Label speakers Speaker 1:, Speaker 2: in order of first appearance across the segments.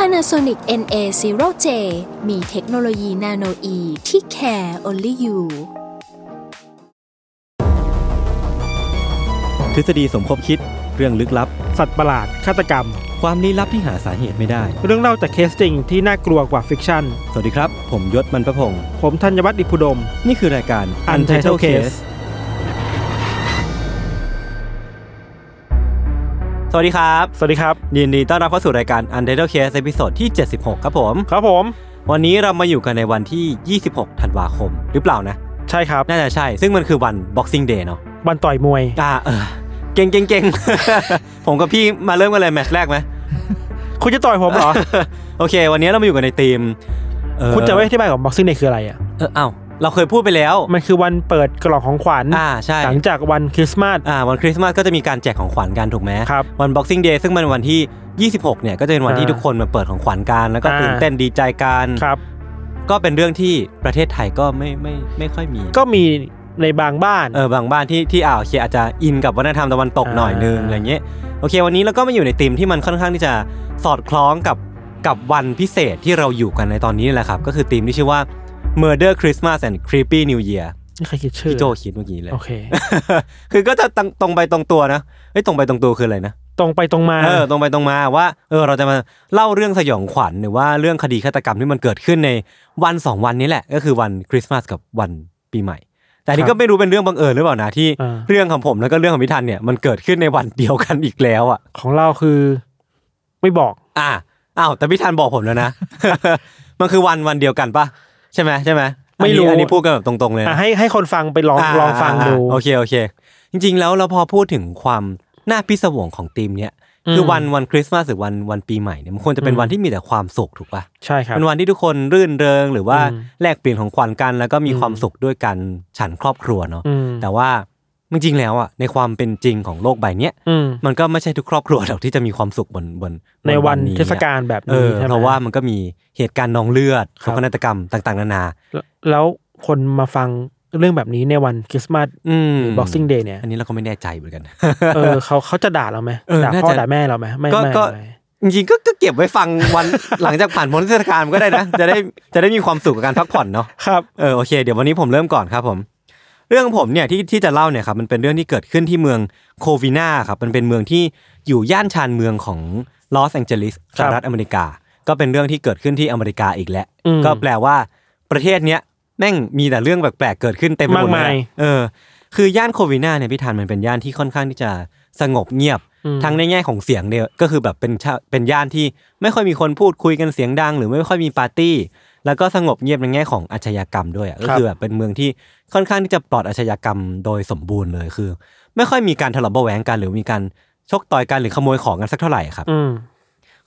Speaker 1: Panasonic NA0J มีเทคโนโลยีนาโนอีที่ care only you
Speaker 2: ทฤษฎีสมคบคิดเรื่องลึกลับ
Speaker 3: สัตว์ประหลาด ฆาตกรรม
Speaker 2: ความลี้ลับที่หาสาเหตุไม่ได้
Speaker 3: เรื่องเล่าจากเคสจริงที่น่ากลัวกว่าฟิกชั่น
Speaker 2: สวัสดีครับ ผมยศมันประพงศ์
Speaker 3: ผมธัญวัฒน์อิพุดม
Speaker 2: นี่คือรายการ
Speaker 3: Untitled Case
Speaker 2: สวัสดีครับ
Speaker 3: สวัสดีครับ
Speaker 2: ยินดีต้อนรับเข้าสู่รายการ Untitled Case ตอนที่ 76 ครับผม
Speaker 3: ครับผม
Speaker 2: วันนี้เรามาอยู่กันในวันที่ 26 ธันวาคม หรือเปล่านะ
Speaker 3: ใช่ครับ
Speaker 2: น่าจะใช่ ซึ่งมันคือวัน Boxing Day เนาะ
Speaker 3: วันต่อยมวย
Speaker 2: อ่าเออเก่งเก่งเก่ง ผมกับพี่มาเริ่มกันเลยแมตช์แรกไหม
Speaker 3: คุณจะต่อยผมเหรอ
Speaker 2: โอเค วันนี้เรามาอยู่กันในทีมเอ่อ
Speaker 3: คุณจะไม่อธิบายก่อนบ็อกซิ่งเดคืออะไรอ่ะ
Speaker 2: เอออ้าวเราเคยพูดไปแล้ว
Speaker 3: มันคือวันเปิดกล่องของขวัญ
Speaker 2: อ่าใช่
Speaker 3: หลังจากวันคริสต์มาส
Speaker 2: อ่าวันคริสต์มาสก็จะมีการแจกของขวัญกันถูกไหม
Speaker 3: ครับ
Speaker 2: วัน Boxing Day ซึ่งมันวันที่ 26 เนี่ยก็จะเป็นวันที่
Speaker 3: อ่า
Speaker 2: ทุกคนมาเปิดของขวัญกันแล้วก็
Speaker 3: อ่า
Speaker 2: ตื่นเต้นดีใจกัน
Speaker 3: ครับ
Speaker 2: ก็เป็นเรื่องที่ประเทศไทยก็ไม่ไม่ไม่ค่อยมี
Speaker 3: ก็มีในบางบ้าน
Speaker 2: เออบางบ้านที่ที่อ่าวเคอาจจะอินกับวัฒนธรรมตะวันตก
Speaker 3: อ่า
Speaker 2: หน่อยนึงอะไรเงี้ยโอเค วันนี้เราก็มาอยู่ในธีมที่มันค่อนข้างที่จะสอดคล้องกับกับวันพิเศษที่เราอยู่กันในตอนนี้แหละครับ ก็คือธีมที่ชื่อว่า Murder Christmas and Creepy New Year
Speaker 3: ไม่เคยคิดชื่อ
Speaker 2: พี่โจคิดเมื่อกี้เลย
Speaker 3: โอเค
Speaker 2: คือก็จะตรงตรงไปตรงตัวนะเฮ้ยตรงไปตรงตัวคืออะไรนะ
Speaker 3: ตรงไปตรงมา
Speaker 2: เออตรงไปตรงมาว่าเออเราจะมาเล่าเรื่องสยองขวัญหรือว่าเรื่องคดีฆาตกรรมที่มันเกิดขึ้นในวันสองวันนี้แหละ ก็คือวันคริสต์มาสกับวันปีใหม่ แต่นี่
Speaker 3: ครั
Speaker 2: ก็
Speaker 3: บ
Speaker 2: ไม่รู้เป็นเรื่องบังเอิญหรือเปล่านะที่
Speaker 3: อ่า
Speaker 2: เรื่องของผมแล้วก็เรื่องของพิธันเนี่ยมันเกิดขึ้นในวันเดียวกันอีกแล้วอ่ะ
Speaker 3: ของเราคือ ไม่บอก
Speaker 2: อ่ะอ้าวแต่พิธันบอกผมแล้วนะ มันคือวันวันเดียวกันปะใช่ไหมใช่ไหมอัน
Speaker 3: ไม่
Speaker 2: นี้
Speaker 3: รู้
Speaker 2: อันนี้พูดกันแบบตรงๆเลย
Speaker 3: อ่ะ
Speaker 2: นะ
Speaker 3: ให้ให้คนฟังไปลอง
Speaker 2: า
Speaker 3: ลองฟังดู
Speaker 2: อ่าโอเคโอเค จริงๆแล้วเราพอพูดถึงความน่าพิศวงของธีมเนี้ยคือ
Speaker 3: ม
Speaker 2: วันวันคริสต์มาสหรือวันวันปีใหม่เนี่ยมันควรจะเป็น
Speaker 3: อืม
Speaker 2: วันที่มีแต่ความสุขถูกปะ
Speaker 3: ใช่ครับ
Speaker 2: เป็นวันที่ทุกคนรื่นเริง หรือว่า
Speaker 3: อืม
Speaker 2: แลกเปลี่ยนของขวัญกัน แล้วก็มี
Speaker 3: อืม
Speaker 2: ความสุขด้วยกันฉันครอบครัวเนาะ
Speaker 3: อืม
Speaker 2: แต่ว่าจริงๆแล้วอ่ะในความเป็นจริงของโลกใบเนี้ย
Speaker 3: อืม
Speaker 2: มันก็ไม่ใช่ทุกครอบครัวหรอกที่จะมีความสุขบนบน
Speaker 3: ในวัน
Speaker 2: นี้
Speaker 3: เทศกาลแบบ
Speaker 2: เอ
Speaker 3: นี้
Speaker 2: อ
Speaker 3: ใช่ไหม
Speaker 2: เพราะว่ามันก็มีเหตุการณ์นองเลือด
Speaker 3: ค
Speaker 2: โศ
Speaker 3: รับ
Speaker 2: กนาฏกรรมต่างๆนานา
Speaker 3: แล้วแล้วคนมาฟังเรื่องแบบนี้ในวันคริสต์มาส
Speaker 2: อืม
Speaker 3: บ็อกซิ่งเดย์เนี่ย
Speaker 2: อันนี้เราก็ไม่แน่ใจเหมือนกัน
Speaker 3: เออเขาเขาจะด่าเราไหม
Speaker 2: เออ
Speaker 3: ด่า
Speaker 2: น่า
Speaker 3: พ่อ
Speaker 2: จะ
Speaker 3: ด่าแม่เราไหมไม่
Speaker 2: ก็
Speaker 3: ไม่
Speaker 2: ก็
Speaker 3: ไม่
Speaker 2: จริงๆก็ก็เก็บไว้ฟังวัน หลังจากผ่านพ้นเทศกาลมันก็ได้นะ จะได้จะได้มีความสุขกับการพักผ่อนเนาะ
Speaker 3: ครับ
Speaker 2: เออโอเค เดี๋ยววันนี้ผมเริ่มก่อนครับผม เรื่องผมเนี่ยที่ที่จะเล่าเนี่ยครับมันเป็นเรื่องที่เกิดขึ้นที่เมืองโควินาครับมันเป็นเมืองที่อยู่ย่านชานเมืองของลอสแองเจลิส
Speaker 3: ค
Speaker 2: ส
Speaker 3: รับ
Speaker 2: หรัฐอเมริกา ก็เป็นเรื่องที่เกิดขึ้นที่อเมริกาอีกแล้ว
Speaker 3: อืม
Speaker 2: ก็แปลว่าประเทศเนี้ยแม่งมีแต่เรื่องแปลกๆเกิดขึ้นเต็มไปหมด
Speaker 3: มาก
Speaker 2: เล
Speaker 3: มาย
Speaker 2: ยเออ คือย่านโควินาเนี่ยพี่ธันมันเป็นย่านที่ค่อนข้างที่จะสงบเงียบ
Speaker 3: อืม
Speaker 2: ทั้งในแง่ของเสียงเนี่ยก็คือแบบเป็นชาเป็นย่านที่ไม่ค่อยมีคนพูดคุยกันเสียงดัง หรือไม่ค่อยมีปาร์ตี้ แล้วก็สงบเงียบในแง่ของอาชญากรรมด้วยอะก็คือแบบเป็นเมืองที่ค่อนข้างที่จะปลอดอาชญากรรมโดยสมบูรณ์เลยคือ ไม่ค่อยมีการทะเลาะเบาะแหวงกันหรือมีการชกต่อยกันหรือขโมยของกันสักเท่าไหร่ครับ
Speaker 3: อืม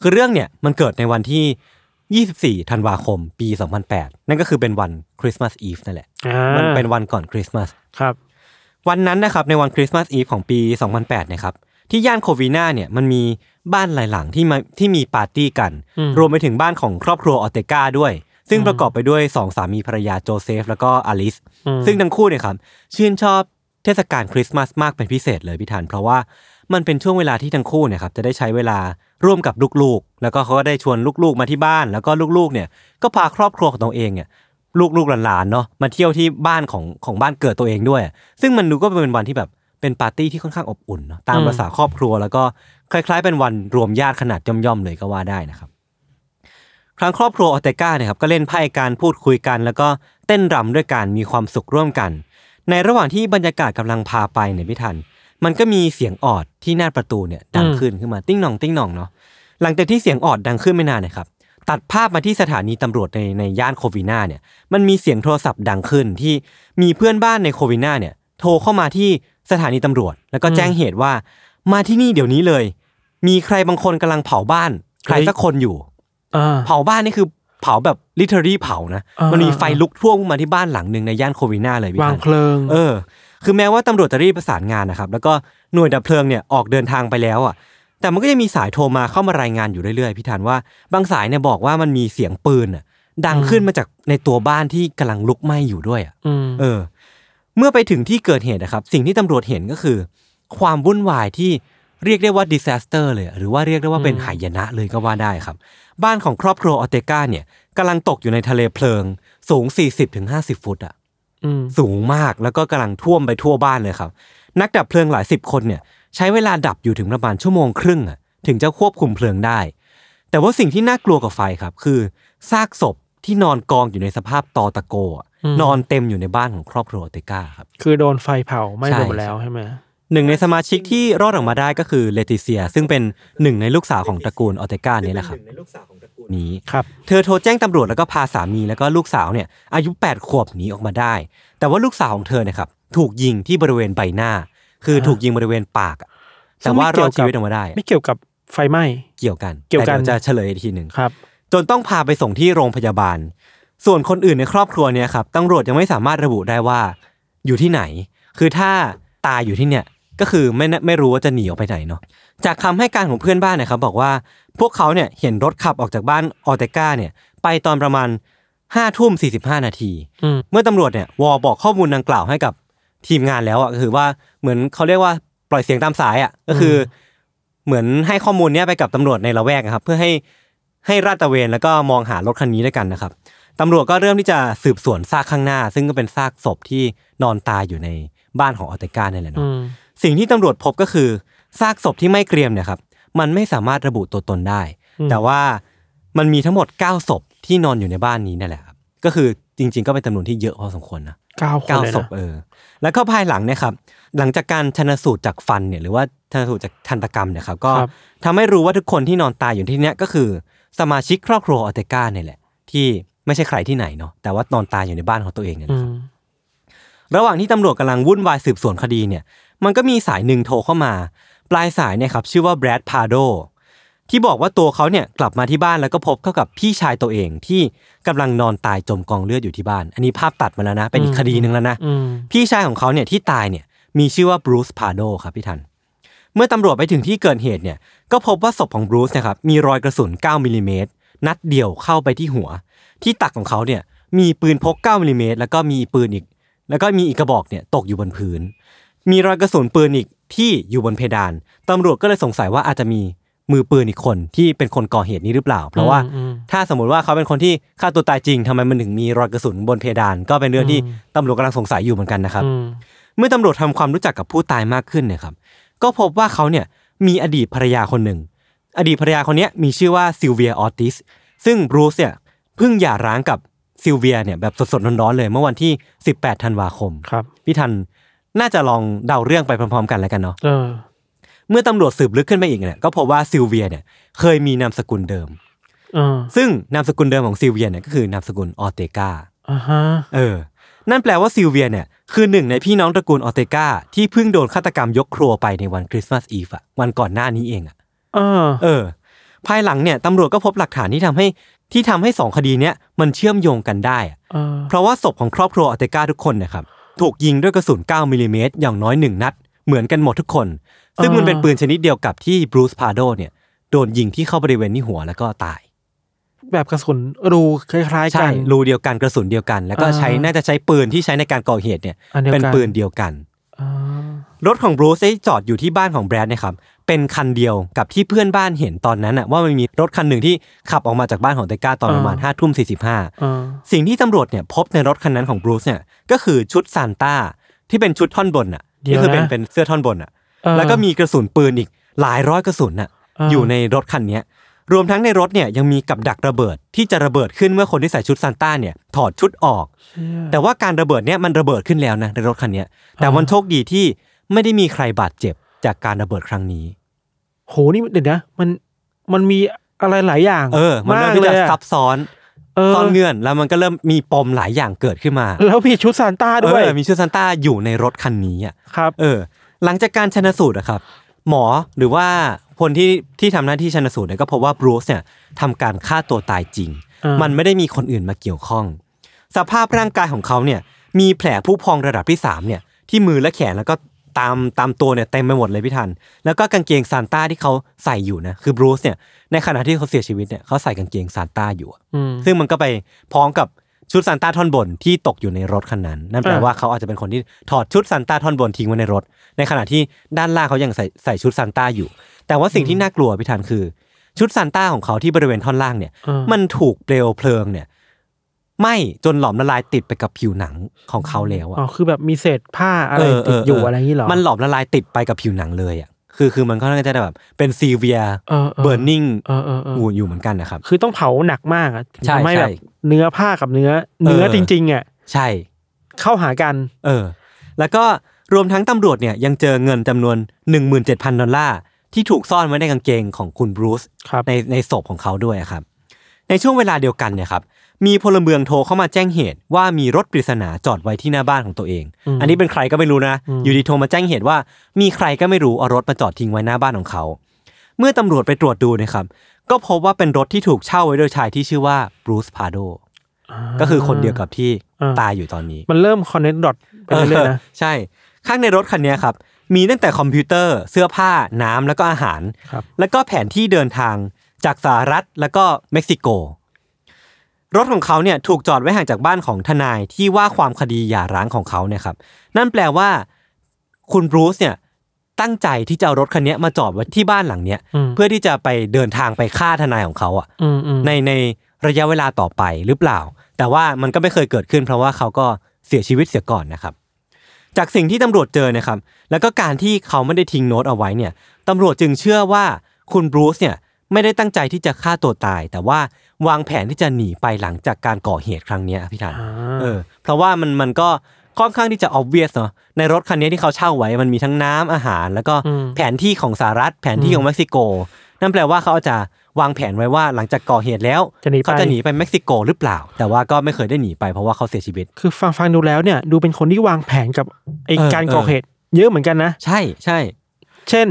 Speaker 2: คือเรื่องเนี่ยมันเกิดในวันที่ 24 ธันวาคม ปี 2008 นั่นก็คือเป็นวันคริสต์มาสอีฟนั่นแหละ
Speaker 3: อ่า
Speaker 2: มั
Speaker 3: มัน
Speaker 2: เป็นวันก่อนคริสต์มาส
Speaker 3: ครับ
Speaker 2: วันนั้นนะครับในวันคริสต์มาสอีฟของปี 2008 นะครับที่ย่านโควีนาเนี่ยมันมีบ้านหลายหลังที่มาที่มีปาร์ตี้กัน
Speaker 3: อืม
Speaker 2: รวมไปถึงบ้านของครอบครัวออเตกาด้วย ซึ่งประกอบไปด้วยสองสามีภรรยาโจเซฟแล้วก็อลิส
Speaker 3: อืม
Speaker 2: ซึ่งทั้งคู่เนี่ยครับชื่นชอบเทศกาลคริสต์มาสมากเป็นพิเศษเลยพี่ธันเพราะว่ามันเป็นช่วงเวลาที่ทั้งคู่เนี่ยครับจะได้ใช้เวลาร่วมกับลูกๆ แล้วก็เขาก็ได้ชวนลูกๆมาที่บ้าน แล้วก็ลูกๆเนี่ยก็พาครอบครัวของตัวเองเนี่ยลูกๆหลานๆเนาะมาเที่ยวที่บ้านของของบ้านเกิดตัวเองด้วย ซึ่งมันดูก็เป็นวันที่แบบเป็นปาร์ตี้ที่ค่อนข้างอบอุ่นเนาะตามภาษาครอบครัว แล้วก็คล้ายๆ เป็นวันรวมญาติขนาดย่อมๆเลยก็ว่าได้นะครับ ครั้งครอบครัวออเตกาเนี่ยครับก็เล่นไพ่การพูดคุยกัน แล้วก็เต้นรำด้วยกันมีความสุขร่วมกัน ในระหว่างที่บรรยากาศกำลังพาไปเนี่ยพี่ทัน มันก็มีเสียงออดที่หน้าประตูเนี่ยดังขึ้นขึ้นมาติ้งหน่องติ้งหน่องเนาะหลังจากที่เสียงออดดังขึ้นไม่นานเนะครับตัดภาพมาที่สถานีตำรวจในในย่านโควินาเนี่ยมันมีเสียงโทรศัพท์ดังขึ้นที่มีเพื่อนบ้านในโควินาเนี่ยโทรเข้ามาที่สถานีตำรวจ แล้วก็แจ้งเหตุว่า มาที่นี่เดี๋ยวนี้เลย มีใครบางคนกำลังเผาบ้าน ใครสักคนอยู่
Speaker 3: อ่า
Speaker 2: เผาบ้านนี่คือ เผาแบบลิเทอรี่เผานะ
Speaker 3: อ่ามั
Speaker 2: มันมีไฟลุกท่วมมาที่บ้านหลังหนึ่งในย่านโควินาเลยพี่
Speaker 3: วาง
Speaker 2: ทัน
Speaker 3: เพลิง
Speaker 2: เออ คือแม้ว่าตำรวจจะรีบประสานงานนะครับ แล้วก็หน่วยดับเพลิงเนี่ยออกเดินทางไปแล้วอ่ะ แต่มันก็ยังมีสายโทรมาเข้ามารายงานอยู่เรื่อยๆ พี่ธันว่าบางสายเนี่ยบอกว่ามันมีเสียงปืนอ่ะ ดังขึ้นมาจากในตัวบ้านที่กำลังลุกไหม้อยู่ด้วยอ่ะ
Speaker 3: อืม
Speaker 2: เออ เมื่อไปถึงที่เกิดเหตุนะครับ สิ่งที่ตำรวจเห็นก็คือ ความวุ่นวายที่เรียกได้ว่าดิ s าสเตอร์เลยอะหรือว่าเรียกได้ว่าเป็นหายนะเลยก็ว่าได้ครับ บ้านของครอบครัวออเตกาเนี่ยกำลังตกอยู่ในทะเลเพลิง สูง 40-50 ฟุตอ่ะ
Speaker 3: อืม
Speaker 2: สูงมากแล้วก็กำลังท่วมไปทั่วบ้านเลยครับ นักดับเพลิงหลายสิบคนเนี่ยใช้เวลาดับอยู่ถึงประมาณชั่วโมงครึ่งอะถึงจะควบคุมเพลิงได้ แต่ว่าสิ่งที่น่ากลัวกว่าไฟครับ คือซากศพที่นอนกองอยู่ในสภาพตอตะโกอะนอนเต็มอยู่ในบ้านของครอบครัวเตก้าครับ
Speaker 3: คือโดนไฟเผาไหม่
Speaker 2: ใช่
Speaker 3: หมดแล้วใช่ไหม
Speaker 2: หนึ่งในสมาชิกที่รอดออกมาได้ก็คือเลติเซีย ซึ่งเป็นหนึ่งในลูกสาวของตระกูลออเตก้าเนี่ยแหละครับนี้
Speaker 3: ครับ
Speaker 2: เธอโทรแจ้งตำรวจแล้วก็พาสามีแล้วก็ลูกสาวเนี่ยอายุ 8 ขวบหนีออกมาได้ แต่ว่าลูกสาวของเธอเนี่ยครับถูกยิงที่บริเวณใบหน้า คือถูกยิงบริเวณปากอะแต่ว่ารอดชีวิตออกมาได้
Speaker 3: ไม่เกี่ยวกับไฟไหม้
Speaker 2: เกี่ยวกัน
Speaker 3: เกี่ยวกัน
Speaker 2: แต่ดี๋จะเฉลยอีกทีหนึ่ง
Speaker 3: ครับ
Speaker 2: จนต้องพาไปส่งที่โรงพยาบาล ส่วนคนอื่นในครอบครัวเนี่ยครับตำรวจยังไม่สามารถระบุได้ว่าอยู่ที่ไหน คือถ้าตายอยู่ที่เนี่ยก็คือไม่น่าไม่รู้ว่าจะหนีออกไปไหนเนาะ จากคำให้การของเพื่อนบ้านนะครับบอกว่าพวกเขาเนี่ยเห็นรถขับออกจากบ้านออเตก้าเนี่ยไปตอนประมาณห้าทุ่มสี่สิบห้านาที
Speaker 3: อืม
Speaker 2: เมื่อตำรวจเนี่ยวอบอกข้อมูลดังกล่าวให้กับทีมงานแล้วอ่ะก็คือว่าเหมือนเขาเรียกว่าปล่อยเสียงตามสายอ่ะก็คืออเหมือนให้ข้อมูลเนี้ยไปกับตำรวจในละแวกนะครับ เพื่อให้ให้ราดตระเวนแล้วก็มองหารถคันนี้ด้วยกันนะครับตำรวจก็เริ่มที่จะสืบสวนซากข้างหน้า ซึ่งก็เป็นซากศพที่นอนตายอยู่ในบ้านของออเตก้าเนี่ยแหละ
Speaker 3: อื
Speaker 2: เนาะ
Speaker 3: ม
Speaker 2: สิ่งที่ตำรวจพบก็คือซากศพที่ไม่เกรียมเนี่ยครับมันไม่สามารถระบุตัวตนได้ แต่ว่ามันมีทั้งหมด 9 ศพที่นอนอยู่ในบ้านนี้นั่นแหละครับก็คือจริง ๆ ก็เป็นจำนวนที่เยอะพอสมควรนะ
Speaker 3: เก้าคน
Speaker 2: เก้า
Speaker 3: เลย
Speaker 2: ศ
Speaker 3: นะ
Speaker 2: พเออแล้วก็ภายหลังเนี่ยครับหลังจากการชนสูตรจากฟันเนี่ยหรือว่าชนสูตรจากทันตกรรมเนี่ยครับก็
Speaker 3: ครับ
Speaker 2: ทำให้รู้ว่าทุกคนที่นอนตายอยู่ที่เนี้ยก็คือ สมาชิกครอบครัวออเตก้าเนี่ยแหละ ที่ไม่ใช่ใครที่ไหนเนาะแต่ว่านอนตายอยู่ในบ้านของตัวเองเนี่ยแหละ
Speaker 3: อืม
Speaker 2: ระหว่างที่ตำรวจกำลังวุ่นวายสืบสวนคดีเนี่ย มันก็มีสายหนึ่งโทรเข้ามา ปลายสายเนี่ยครับชื่อว่าแบรดพาโดที่บอกว่าตัวเขาเนี่ยกลับมาที่บ้านแล้วก็พบเข้ากับพี่ชายตัวเองที่กำลังนอนตายจมกองเลือดอยู่ที่บ้าน อันนี้ภาพตัดมาแล้วนะ เป็นอีก
Speaker 3: อืม
Speaker 2: คดีหนึ่งแล้วนะ
Speaker 3: อืม
Speaker 2: พี่ชายของเขาเนี่ยที่ตายเนี่ยมีชื่อว่าบรูซพาโดครับพี่ทัน เมื่อตำรวจไปถึงที่เกิดเหตุเนี่ยก็พบว่าศพของบรูซนะครับมีรอยกระสุน 9มิลลิเมตรนัดเดียวเข้าไปที่หัว ที่ตักของเขาเนี่ยมีปืนพก 9มิลลิเมตรแล้วก็มีปืนอีก แล้วก็มีอีกกระบอกเนี่ยตกอยู่บนพื้น มีรอยกระสุนปืนอีกที่อยู่บนเพดานตำรวจก็เลยสงสัยว่าอาจจะมีมือปืนอีกคนที่เป็นคนก่อเหตุนี้หรือเปล่า เพราะว่า
Speaker 3: อืม
Speaker 2: ถ้าสมมติว่าเขาเป็นคนที่ฆ่าตัวตายจริงทำไมมันถึงมีรอยกระสุนบนเพดาน ก็เป็นเรื่องที่
Speaker 3: อืม
Speaker 2: ตำรวจกำลังสงสัยอยู่เหมือนกันนะครับ
Speaker 3: อืม
Speaker 2: เมื่อตำรวจทำความรู้จักกับผู้ตายมากขึ้นเนี่ยครับ ก็พบว่าเขาเนี่ยมีอดีตภรรยาคนหนึ่ง อดีตภรรยาคนเนี้ยมีชื่อว่าซิลเวียออติส ซึ่งบรูซเนี่ยเพิ่งหย่าร้างกับซิลเวียเนี่ยแบบสดๆร้อนๆเลยเมื่อวันที่ 18 ธันวาคม
Speaker 3: ครับ
Speaker 2: พี่ทันน่าจะลองเดาเรื่องไปพร้อมๆ กันแล้วกันเนาะ
Speaker 3: เออ
Speaker 2: เมื่อตำรวจสืบลึกขึ้นไปอีกเนี่ย ก็พบว่าซิลเวียเนี่ยเคยมีนามสกุลเดิม
Speaker 3: เออ
Speaker 2: ซึ่งนามสกุลเดิมของซิลเวียเนี่ยก็คือนามสกุลออเตกา
Speaker 3: อ่าฮะ
Speaker 2: เออ นั่นแปลว่าซิลเวียเนี่ยคือหนึ่งในพี่น้องตระกูลออเตกาที่เพิ่งโดนฆาตกรรมยกครัวไปในวันคริสต์มาสอีฟอะวันก่อนหน้านี้เองอะ
Speaker 3: เออ
Speaker 2: เออ ภายหลังเนี่ยตำรวจก็พบหลักฐานที่ทำให้ที่ทำให้สองคดีเนี้ยมันเชื่อมโยงกันได้อะ
Speaker 3: เออ
Speaker 2: เพราะว่าศพของครอบครัวออเตกาทุกคนเนะครับถูกยิงด้วยกระสุน 9มิลลิเมตรอย่างน้อยหนึ่งนัด เหมือนกันหมดทุกคน ซึ่งมันเป็นปืนชนิดเดียวกับที่บรูซพาโดเนี่ยโดนยิงที่เข้าบริเวณที่หัวแล้วก็ตาย
Speaker 3: แบบกระสุนรูคล้ายๆ
Speaker 2: ใช่
Speaker 3: กัน
Speaker 2: รูเดียวกันกระสุนเดียวกัน แล้วก็ใช้
Speaker 3: อ่า
Speaker 2: น่าจะใช้ปืนที่ใช้ในการก่อเหตุเนี่ย
Speaker 3: อันเดียว
Speaker 2: เป็
Speaker 3: กัน
Speaker 2: นปืนเดียวกัน
Speaker 3: อ่าร
Speaker 2: ถของบรูซที่จอดอยู่ที่บ้านของแบรดเนะครับ เป็นคันเดียวกับที่เพื่อนบ้านเห็นตอนนั้นอะว่ามันมีรถคันหนึ่งที่ขับออกมาจากบ้านของเตก้าตอนประมาณห้าทุ่มสี่สิบห้า
Speaker 3: เออ
Speaker 2: สิ่งที่ตำรวจเนี่ยพบในรถคันนั้นของบรูซเนี่ยก็คือชุดซานต้าที่เป็นชุดท่อนบนอะ
Speaker 3: เดี๋ยว
Speaker 2: ก็คือ
Speaker 3: นะ
Speaker 2: เป็นเป็นเสื้อท่อนบนอะ
Speaker 3: เออ
Speaker 2: แล้วก็มีกระสุนปืนอีกหลายร้อยกระสุนอะ
Speaker 3: อ่า
Speaker 2: อยู่ในรถคันเนี้ยรวมทั้งในรถเนี่ยยังมีกับดักระเบิดที่จะระเบิดขึ้นเมื่อคนที่ใส่ชุดซานต้าเนี่ยถอดชุดออก
Speaker 3: เชี่ย
Speaker 2: แต่ว่าการระเบิดเนี่ยมันระเบิดขึ้นแล้วนะในรถคันเนี้ยแต่
Speaker 3: อ่ามั
Speaker 2: มันโชคดีที่ไม่ได้มีใครบาดเจ็บจากการระเบิดครั้งนี้
Speaker 3: โหนี่เดี๋ยวนะมันมันมีอะไรหลายอย่าง
Speaker 2: เออ มัน
Speaker 3: มา
Speaker 2: เริ่
Speaker 3: ก
Speaker 2: มที่
Speaker 3: เล
Speaker 2: จะ
Speaker 3: ยอะ
Speaker 2: ซับซ้อน
Speaker 3: เออ
Speaker 2: ซ่อนเงื่อนแล้วมันก็เริ่มมีปมหลายอย่างเกิดขึ้นมา
Speaker 3: แล้วมีชุดซานต้าด้วย
Speaker 2: เออมีชื่อซันต้าอยู่ในรถคันนี้อ่ะ
Speaker 3: ครับ
Speaker 2: เออ หลังจากการชนสูตรอะครับ หมอหรือว่าคนที่ที่ทำหน้าที่ชนสูตรเนี่ยก็พบว่าบรูซเนี่ยทำการฆ่าตัวตายจริง
Speaker 3: อ่ามั
Speaker 2: มันไม่ได้มีคนอื่นมาเกี่ยวข้อง สภาพร่างกายของเขาเนี่ยมีแผลผู้พองระดับที่สามเนี่ยที่มือและแขนแล้วก็ตามตามตัวเนี่ยเต็มไปหมดเลยพี่ทัน แล้วก็กางเกงซานต้าที่เขาใส่อยู่นะคือบรูซเนี่ยในขณะที่เขาเสียชีวิตเนี่ยเขาใส่กางเกงซานต้าอยู่อะ
Speaker 3: อืม
Speaker 2: ซึ่งมันก็ไปพร้อมกับชุดซานต้าท่อนบนที่ตกอยู่ในรถคันนั้น นั่นแปล
Speaker 3: อ่า
Speaker 2: ว่าเขาอาจจะเป็นคนที่ถอดชุดซานต้าท่อนบนทิ้งไว้ในรถ ในขณะที่ด้านล่างเขายังใส่ใส่ชุดซานต้าอยู่ แต่ว่าสิ่งที่น่ากลัวพี่ธันคือ ชุดซานต้าของเขาที่บริเวณท่อนล่างเนี่ย
Speaker 3: อ่า
Speaker 2: มันถูกเปลวเพลิงเนี่ยไหม้จนหลอมละลายติดไปกับผิวหนังของเขาแล้วอะ
Speaker 3: อ๋อคือแบบมีเศษผ้าอะไรติดอยู่อะไรอย่างนี้เหรอ
Speaker 2: มันหลอมละลายติดไปกับผิวหนังเลยอ่ะ คือคือมันก็น่างจะได้แบบเป็นซีเวีย
Speaker 3: เออ
Speaker 2: เบิร์นนิ่ง
Speaker 3: เออเออเออ
Speaker 2: อยู่เหมือนกันนะครับ
Speaker 3: คือต้องเผาหนักมากอะถึง
Speaker 2: ใช่
Speaker 3: ทำให้
Speaker 2: ใช่
Speaker 3: แบบเนื้อผ้ากับเนื้อ เนื้อ
Speaker 2: เออ
Speaker 3: จริงๆอ่ะ
Speaker 2: ใช่
Speaker 3: เข้าหากัน
Speaker 2: เออ แล้วก็รวมทั้งตำรวจเนี่ยยังเจอเงินจำนวน 17,000 ดอลลาร์ ที่ถูกซ่อนไว้ในกางเกงของคุณบรูซ
Speaker 3: ครับ
Speaker 2: ในในศพของเขาด้วยครับ ในช่วงเวลาเดียวกันเนี่ยครับ มีพลเมืองโทรเข้ามาแจ้งเหตุว่ามีรถปริศนาจอดไว้ที่หน้าบ้านของตัวเอง
Speaker 3: อืม
Speaker 2: อันนี้เป็นใครก็ไม่รู้นะ
Speaker 3: อืม
Speaker 2: อยู่ดีโทรมาแจ้งเหตุว่า มีใครก็ไม่รู้เอารถมาจอดทิ้งไว้หน้าบ้านของเขา เมื่อตำรวจไปตรวจดูเนะครับ ก็พบว่าเป็นรถที่ถูกเช่าไว้โดยชายที่ชื่อว่าบรูซพาโด ก็คือคนเดียวกับที่
Speaker 3: อ่า
Speaker 2: ตายอยู่ตอนนี้
Speaker 3: มันเริ่มคอนเนคดอทไปเรื่อยๆ
Speaker 2: เออ
Speaker 3: นะ
Speaker 2: ใช่ ข้างในรถคันเนี้ยครับ มีตั้งแต่คอมพิวเตอร์เสื้อผ้าน้ำแล้วก็อาหาร
Speaker 3: ครับ
Speaker 2: แล้วก็แผนที่เดินทางจากสหรัฐแล้วก็เม็กซิโก รถของเขาเนี่ยถูกจอดไว้ห่างจากบ้านของทนายที่ว่าความคดีหย่าร้างของเขาเนี่ยครับ นั่นแปลว่า คุณบรูซเนี่ยตั้งใจที่จะเอารถคันเนี้ยมาจอดไว้ที่บ้านหลังเนี้ย
Speaker 3: อืม
Speaker 2: เพื่อที่จะไปเดินทางไปฆ่าทนายของเขาอ่ะ
Speaker 3: อืมอืม
Speaker 2: ในในระยะเวลาต่อไปหรือเปล่า แต่ว่ามันก็ไม่เคยเกิดขึ้น เพราะว่าเขาก็เสียชีวิตเสียก่อนนะครับ จากสิ่งที่ตำรวจเจอนะครับ แล้วก็การที่เขาไม่ได้ทิ้งโน้ตเอาไว้เนี่ยตำรวจจึงเชื่อว่าคุณบรูซเนี่ยไม่ได้ตั้งใจที่จะฆ่าตัวตาย แต่ว่าวางแผนที่จะหนีไปหลังจากการก่อเหตุครั้งเนี้ยพี่ธัน
Speaker 3: อ่า
Speaker 2: เออเพราะว่ามันมันก็ค่อนข้างที่จะ obvious เนาะในรถคันนี้ที่เขาเช่าไว้มันมีทั้งน้ำอาหาร แล้วก็
Speaker 3: อืม
Speaker 2: แผนที่ของสหรัฐ แผนที่ของเม็กซิโก นั่นแปลว่าเขาจะวางแผนไว้ว่าหลังจากก่อเหตุแล้ว
Speaker 3: จะหนีไป
Speaker 2: เขาจะหนีไปเม็กซิโกหรือเปล่า แต่ว่าก็ไม่เคยได้หนีไปเพราะว่าเขาเสียชีวิต
Speaker 3: คือฟังฟังดูแล้วเนี่ย ดูเป็นคนที่วางแผนกับไอ
Speaker 2: เออ
Speaker 3: การ
Speaker 2: เออ
Speaker 3: ก่อเหตุเยอะเหมือนกันนะ
Speaker 2: ใช่ใช่
Speaker 3: เช่น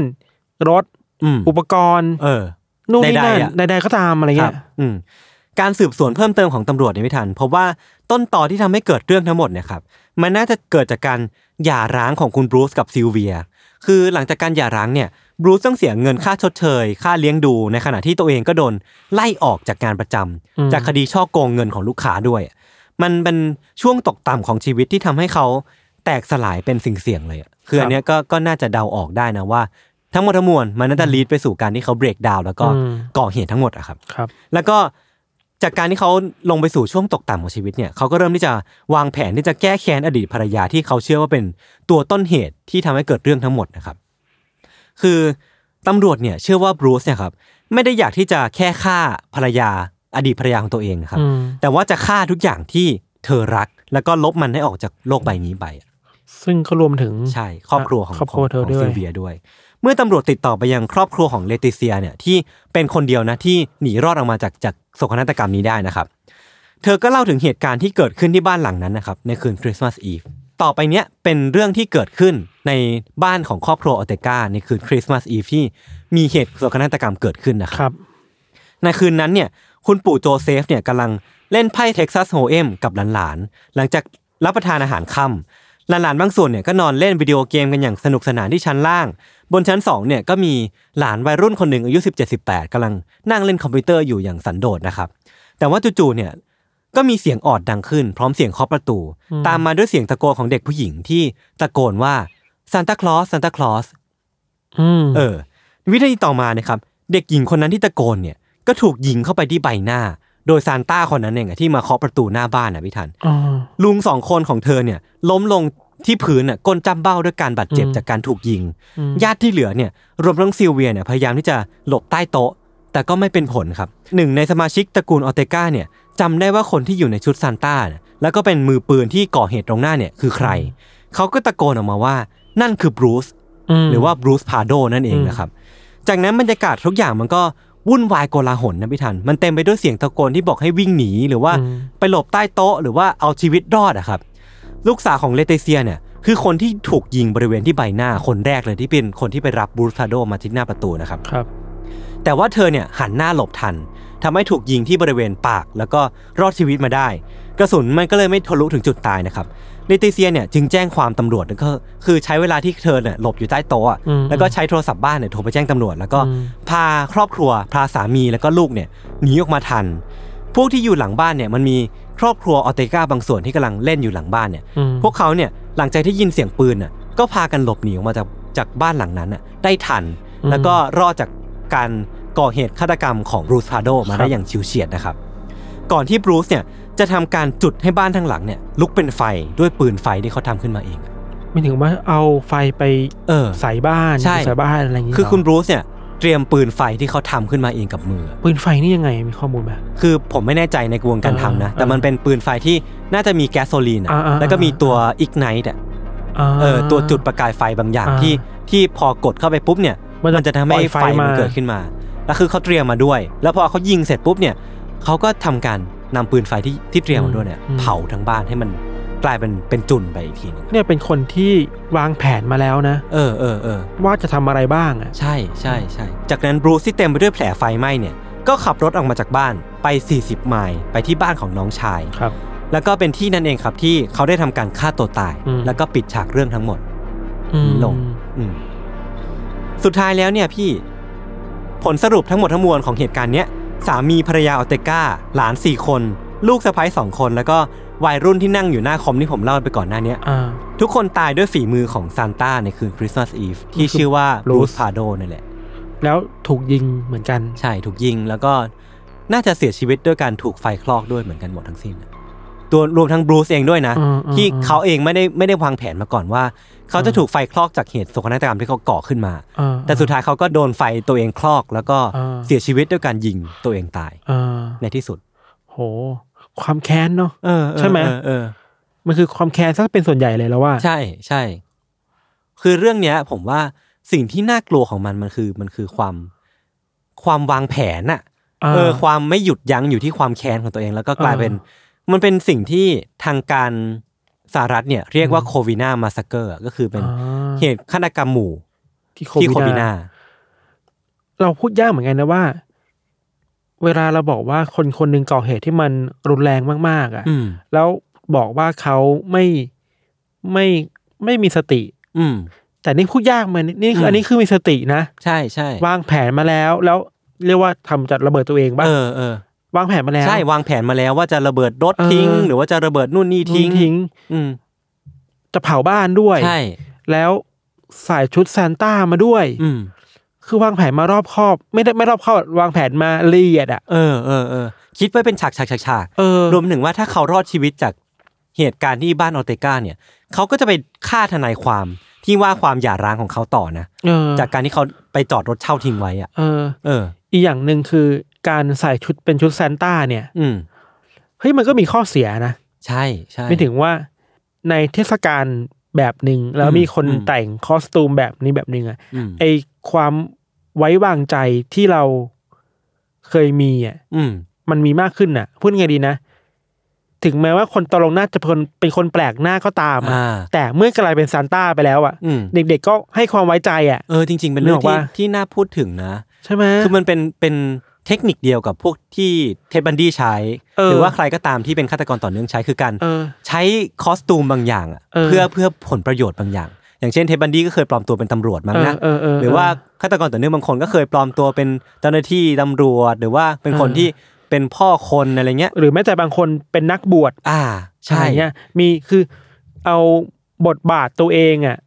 Speaker 3: รถ
Speaker 2: อืม
Speaker 3: อุปกรณ์
Speaker 2: เออ
Speaker 3: นู่นนี่
Speaker 2: ใดๆ
Speaker 3: นั่น
Speaker 2: อะ
Speaker 3: ใดๆก็ตามอะไร
Speaker 2: ครั
Speaker 3: เงี้
Speaker 2: บ
Speaker 3: ย
Speaker 2: อืมการสืบสวนเพิ่มเติมของตำรวจเนี่ยไม่ทันพบว่าต้นต่อที่ทำให้เกิดเรื่องทั้งหมดเนี่ยครับมันน่าจะเกิดจากการหย่าร้างของคุณบรูซกับซิลเวีย คือหลังจากการหย่าร้างเนี่ยบรูซต้องเสียเงินค่าชดเชย ค่าเลี้ยงดูในขณะที่ตัวเองก็โดนไล่ออกจากงานประจำจากคดีช่อโกงเงินของลูกค้าด้วย มันเป็นช่วงตกต่ำของชีวิตที่ทำให้เขาแตกสลายเป็นสิ่งเสี่ยงเลยอะคืออันเนี้ยก็ก็น่าจะเดาออกได้นะว่า ทั้งหมดทั้งมวลมันน่าจะลีดไปสู่การที่เขาเบรกดาวแล้วก็ก่อเหตุทั้งหมดอะครับ
Speaker 3: ครับ
Speaker 2: แล้วก็จากการที่เขาลงไปสู่ช่วงตกต่ำของชีวิตเนี่ยเขาก็เริ่มที่จะวางแผนที่จะแก้แค้นอดีตภรรยาที่เขาเชื่อว่าเป็นตัวต้นเหตุที่ทำให้เกิดเรื่องทั้งหมดนะครับ คือตำรวจเนี่ยเชื่อว่าบรูซเนี่ยครับไม่ได้อยากที่จะแค่ฆ่าภรรยาอดีตภรรยาของตัวเองนะครับ
Speaker 3: อืม
Speaker 2: แต่ว่าจะฆ่าทุกอย่างที่เธอรัก แล้วก็ลบมันให้ออกจากโลกใบนี้ไป
Speaker 3: ซึ่งก็รวมถึง
Speaker 2: ใช่ครอบครัวของ
Speaker 3: ครอบครัว
Speaker 2: ขง
Speaker 3: เธอ
Speaker 2: ของ
Speaker 3: ด้วย
Speaker 2: ซิลเวียด้วย เมื่อตำรวจติดต่อไปยังครอบครัวของเลติเซียเนี่ยที่เป็นคนเดียวนะที่หนีรอดออกมาจากจากโศกนาฏกรรมนี้ได้นะครับ เธอก็เล่าถึงเหตุการณ์ที่เกิดขึ้นที่บ้านหลังนั้นนะครับในคืนคริสต์มาสอีฟต่อไปเนี้ยเป็นเรื่องที่เกิดขึ้นในบ้านของครอบครัวออเตกาในคืนคริสต์มาสอีฟที่มีเหตุโศกนาฏกรรมเกิดขึ้นนะครับ
Speaker 3: ครับ
Speaker 2: ในคืนนั้นเนี่ยคุณปู่โจเซฟเนี่ยกำลังเล่นไพ่เท็กซัสโฮเอมกับหลานๆ หลังจากรับประทานอาหารค่ำหลานๆ บางส่วนเนี่ยก็นอนเล่นวิดีโอเกมกันอย่างสนุกสนานที่ชั้นล่าง บนชั้น 2เนี่ยก็มีหลานวัยรุ่นคนหนึ่งอายุ 17-18กำลังนั่งเล่นคอมพิวเตอร์อยู่อย่างสันโดษนะครับ แต่ว่าจู่ๆเนี่ยก็มีเสียงออดดังขึ้น พร้อมเสียงเคาะประตู
Speaker 3: อืม
Speaker 2: ตามมาด้วยเสียงตะโกนของเด็กผู้หญิงที่ตะโกนว่าซานตาคลอสซานตาคลอส
Speaker 3: อืม
Speaker 2: เออวินาทีต่อมานะครับ เด็กหญิงคนนั้นที่ตะโกนเนี่ยก็ถูกยิงเข้าไปที่ใบหน้า โดยซานต้าคนนั้นเองอะที่มาเคาะประตูหน้าบ้านนะพี่ทัน ลุงสองคนของเธอเนี่ยล้มลงที่พื้นน่ะก้นจ้ำเบ้าด้วยการบาดเจ็บ
Speaker 3: อืม
Speaker 2: จากการถูกยิง
Speaker 3: ยาก
Speaker 2: ญาติที่เหลือเนี่ยรวมทั้งซิลเวียเนี่ยพยายามที่จะหลบใต้โต๊ะ แต่ก็ไม่เป็นผลครับหนึ่งในสมาชิกตระกูลออเตกาเนี่ยจำได้ว่าคนที่อยู่ในชุดซานต้าเนี่ยแล้วก็เป็นมือปืนที่ก่อเหตุตรงหน้าเนี่ยคือใคร เขาก็ตะโกนออกมาว่านั่นคือบรูซ หรือว่าบรูซพาโดนั่นเอง
Speaker 3: อืม
Speaker 2: นะครับ จากนั้นบรรยากาศทุกอย่างมันก็วุ่นวายโกลาหลนะพี่ทัน มันเต็มไปด้วยเสียงตะโกนที่บอกให้วิ่งหนีหรือว่าไปหลบใต้โต๊ะหรือว่าเอาชีวิตรอดอะครับ ลูกสาวของเลเตเซียเนี่ยคือคนที่ถูกยิงบริเวณที่ใบหน้าคนแรกเลยที่เป็นคนที่ไปรับบรูซพาโดมาที่หน้าประตูนะครับ
Speaker 3: ครับ
Speaker 2: แต่ว่าเธอเนี่ยหันหน้าหลบทัน ทำให้ถูกยิงที่บริเวณปาก แล้วก็รอดชีวิตมาได้ กระสุนมันก็เลยไม่ทะลุถึงจุดตายนะครับลิติเซียเนี่ยจึงแจ้งความตำรวจแล้วก็คือใช้เวลาที่เธอเนี่ยหลบอยู่ใต้โต๊ะอะ
Speaker 3: อืม
Speaker 2: แล้วก็ใช้โทรศัพท์บ้านเนี่ยโทรไปแจ้งตำรวจ แล้วก็
Speaker 3: อืม
Speaker 2: พาครอบครัวพาสามีแล้วก็ลูกเนี่ยหนีออกมาทัน พวกที่อยู่หลังบ้านเนี่ยมันมีครอบครัวออเตกาบางส่วนที่กำลังเล่นอยู่หลังบ้านเนี่ย
Speaker 3: อืม
Speaker 2: พวกเขาเนี่ยหลังจากที่ยินเสียงปืนน่ะก็พากันหลบหนีออกมาจากจากบ้านหลังนั้นน่ะได้ทัน แล้วก็รอดจากการก่อเหตุฆาตกรรมของบรูซพาโดมาได้อย่างชิวเฉียดนะครับ ก่อนที่บรูซเนี่ยจะทำการจุดให้บ้านทั้งหลังเนี่ยลุกเป็นไฟด้วยปืนไฟที่เขาทำขึ้นมาเอง
Speaker 3: ไม่ถึงว่าเอาไฟไป
Speaker 2: เออ
Speaker 3: ใส่บ้าน
Speaker 2: ใช่
Speaker 3: ใส่บ้านอะไรอย่างงี้
Speaker 2: คือ
Speaker 3: เหร
Speaker 2: คุณบรูซเนี่ยเตรียมปืนไฟที่เขาทำขึ้นมาเองกับมือ
Speaker 3: ปืนไฟนี่ยังไงมีข้อมูลไหม
Speaker 2: คือผมไม่แน่ใจในกระบวนการทำนะ
Speaker 3: เออ
Speaker 2: แต่มันเป็นปืนไฟที่น่าจะมีแก๊สโซลีนอะ
Speaker 3: อ่าอ่า
Speaker 2: แล้วก็มีตัวอิกไนต์อะ
Speaker 3: อ่า
Speaker 2: เออตัวจุดประกายไฟบางอย่าง
Speaker 3: อ่า
Speaker 2: ที่ที่พอกดเข้าไปปุ๊บเนี่ย
Speaker 3: มันจะ
Speaker 2: มันจะทำ
Speaker 3: ปล่
Speaker 2: ให้
Speaker 3: อย
Speaker 2: ไฟ
Speaker 3: ไฟ
Speaker 2: มั
Speaker 3: มา
Speaker 2: นเกิดขึ้นมา แล้วคือเขาเตรียมมาด้วย แล้วพอเขายิงเสร็จปุ๊บเนี่ยเขาก็ทำการนำปืนไฟที่ที่เตรียมมาด้วยเนี่ยเผาทั้งบ้านให้มันกลายเป็นเป็นจุนไปอีกทีหนึง
Speaker 3: เนี่ยเป็นคนที่วางแผนมาแล้วนะ
Speaker 2: เออเออเออ
Speaker 3: ว่าจะทำอะไรบ้างอ่ะ
Speaker 2: ใช่ใช่ใช่จากนั้นบรูซที่เต็มไปด้วยแผลไฟไหม้เนี่ยก็ขับรถออกมาจากบ้านไป 40 ไมล์ไปที่บ้านของน้องชาย
Speaker 3: ครับ
Speaker 2: แล้วก็เป็นที่นั่นเองครับที่เขาได้ทำการฆ่าตัวตาย
Speaker 3: อืม
Speaker 2: แล้วก็ปิดฉากเรื่องทั้งหมด
Speaker 3: อืม
Speaker 2: ลง อืมสุดท้ายแล้วเนี่ยพี่ ผลสรุปทั้งหมดทั้งมวลของเหตุการณ์เนี้ยสามีภรรยาออเตก้า หลานสี่คน ลูกสะใภ้สองคน แล้วก็วัยรุ่นที่นั่งอยู่หน้าคอมที่ผมเล่าไปก่อนหน้าเนี้ย
Speaker 3: อ่า
Speaker 2: ทุกคนตายด้วยฝีมือของซานต้าในคืนคริสต์มาสอีฟที่ชื่อว่าบ
Speaker 3: Bruce
Speaker 2: รูซพาโดนั่นแหละ
Speaker 3: แล้วถูกยิงเหมือนกัน
Speaker 2: ใช่ถูกยิงแล้วก็น่าจะเสียชีวิตด้วยการถูกไฟคลอกด้วยเหมือนกันหมดทั้งสิ้นนะตัวรวมทั้งบรูซเองด้วยนะ
Speaker 3: อืมอืม
Speaker 2: ที่
Speaker 3: อืม
Speaker 2: เขาเองไม่ได้ไม่ได้วางแผนมาก่อนว่า เขาจะถูกไฟคลอกจากเหตุโศกนาฏกรรมที่เขาก่อขึ้นมา
Speaker 3: อ่า
Speaker 2: แต่สุดท้ายเขาก็โดนไฟตัวเองคลอกแล้วก็
Speaker 3: อ่า
Speaker 2: เสียชีวิตด้วยการยิงตัวเองตาย
Speaker 3: อ่า
Speaker 2: ในที่สุด
Speaker 3: โห ความแค้นเนาะ
Speaker 2: เออเออ
Speaker 3: ใช่ไหม
Speaker 2: เออเออ
Speaker 3: มันคือความแค้นซะเป็นส่วนใหญ่เลยแล้วว่า
Speaker 2: ใช่ใช่ คือเรื่องเนี้ย ผมว่าสิ่งที่น่ากลัวของมันมันคือมันคือความความวางแผนอะ
Speaker 3: อ่า
Speaker 2: เออ ความไม่หยุดยั้งอยู่ที่ความแค้นของตัวเอง แล้วก็กลาย
Speaker 3: อ่า
Speaker 2: เป็น มันเป็นสิ่งที่ทางการสหรัฐเนี่ย เรียกว่าโควินามาสเกอร์ก็คือเป็น
Speaker 3: อ่า
Speaker 2: เหตุฆาตกรรมหมู่
Speaker 3: ที่โค
Speaker 2: ที่โค
Speaker 3: วิ
Speaker 2: วิ
Speaker 3: ด
Speaker 2: นา
Speaker 3: เราพูดยากเหมือนกันนะว่า เวลาเราบอกว่าคนคนหนึ่งก่อเหตุที่มันรุนแรงมากๆอ่ะ
Speaker 2: อืม
Speaker 3: แล้วบอกว่าเขาไม่ไม่ไม่มีสติ
Speaker 2: อืม
Speaker 3: แต่นี่พูดยากมันนี่คือ
Speaker 2: ม
Speaker 3: อันนี้คือมีสตินะ
Speaker 2: ใช่ใช่
Speaker 3: วางแผนมาแล้ว แล้วเรียกว่าทำจัดระเบิดตัวเองบ้าง
Speaker 2: เออเออ
Speaker 3: วางแผนมาแล้ว
Speaker 2: ใช่ วางแผนมาแล้วว่าจะระเบิดรถ
Speaker 3: เออ
Speaker 2: ทิ้ง หรือว่าจะระเบิดนู่นนี่
Speaker 3: ทิ้
Speaker 2: ทิ้
Speaker 3: ง
Speaker 2: ง
Speaker 3: ทิ้ง
Speaker 2: อืม
Speaker 3: จะเผาบ้านด้วย
Speaker 2: ใช่
Speaker 3: แล้วใส่ชุดซานต้ามาด้วย
Speaker 2: อืม
Speaker 3: คือวางแผนมารอบคอบ ไม่ได้ไม่รอบคอบวางแผนมาละเอียดอ่ะ
Speaker 2: เออเออเออคิดไว้เป็นฉากฉากฉากฉาก
Speaker 3: เออ
Speaker 2: รวมถึงว่าถ้าเขารอดชีวิตจากเหตุการณ์ที่บ้านออเตกาเนี่ย เขาก็จะไปฆ่าทนายความที่ว่าความหย่าร้างของเขาต่อนะ
Speaker 3: เออ
Speaker 2: จากการที่เขาไปจอดรถเช่าทิ้งไว้อ่ะ
Speaker 3: เออ
Speaker 2: เออ
Speaker 3: อีกอย่างหนึ่งคือการใส่ชุดเป็นชุดซานต้าเนี่ย
Speaker 2: อืม
Speaker 3: เฮ้ยมันก็มีข้อเสียนะ
Speaker 2: ใช่ใช่
Speaker 3: ไม่ถึงว่าในเทศกาลแบบหนึ่งแล้ว
Speaker 2: อืม
Speaker 3: มีคน
Speaker 2: อืม
Speaker 3: แต่งคอสตูมแบบนี้แบบหนึ่งอ่ะ
Speaker 2: อืม
Speaker 3: ไอความไว้วางใจที่เราเคยมีอ่ะ
Speaker 2: อืม
Speaker 3: มันมีมากขึ้นน่ะ พูดไงดีนะ ถึงแม้ว่าคนตกลงหน้าจะเป็นเป็นคนแปลกหน้าก็ตามอะ
Speaker 2: อ่า
Speaker 3: แต่เมื่อกลายเป็นซานต้าไปแล้วอ่ะ
Speaker 2: อืม
Speaker 3: เด็กๆก็ให้ความไว้ใจอ่ะ
Speaker 2: เออจริง ๆ เป็นเรื่อง
Speaker 3: นึกออก
Speaker 2: ที่
Speaker 3: ปะ
Speaker 2: ที่น่าพูดถึงนะ
Speaker 3: ใช่ไหม
Speaker 2: คือมันเป็นเป็นเทคนิคเดียวกับพวกที่เทดบันดี้ใช้
Speaker 3: เอ
Speaker 2: ห
Speaker 3: อ
Speaker 2: รือว่าใครก็ตามที่เป็นฆาตกรต่อเนื่องใช้คือการ
Speaker 3: เออ
Speaker 2: ใช้คอสตูมบางอย่างอะ
Speaker 3: เออ
Speaker 2: เพื่อเพื่อผลประโยชน์บางอย่าง อย่างเช่นเทปบันดี้ก็เคยปลอมตัวเป็นตำรวจมั้งนะ
Speaker 3: เออเเ
Speaker 2: หรือว่าฆาตกรต่อเนื่องบางคนก็เคยปลอมตัวเป็นเจ้าหน้าที่ตำรวจ หรือว่าเป็นคนที่เป็นพ่อคนอะไรเงี้ย
Speaker 3: หรือแม้แต่บางคนเป็นนักบวช
Speaker 2: อ่าใช่
Speaker 3: อะไรเงี้ยมีคือเอาบทบาทตัวเองอ่ะ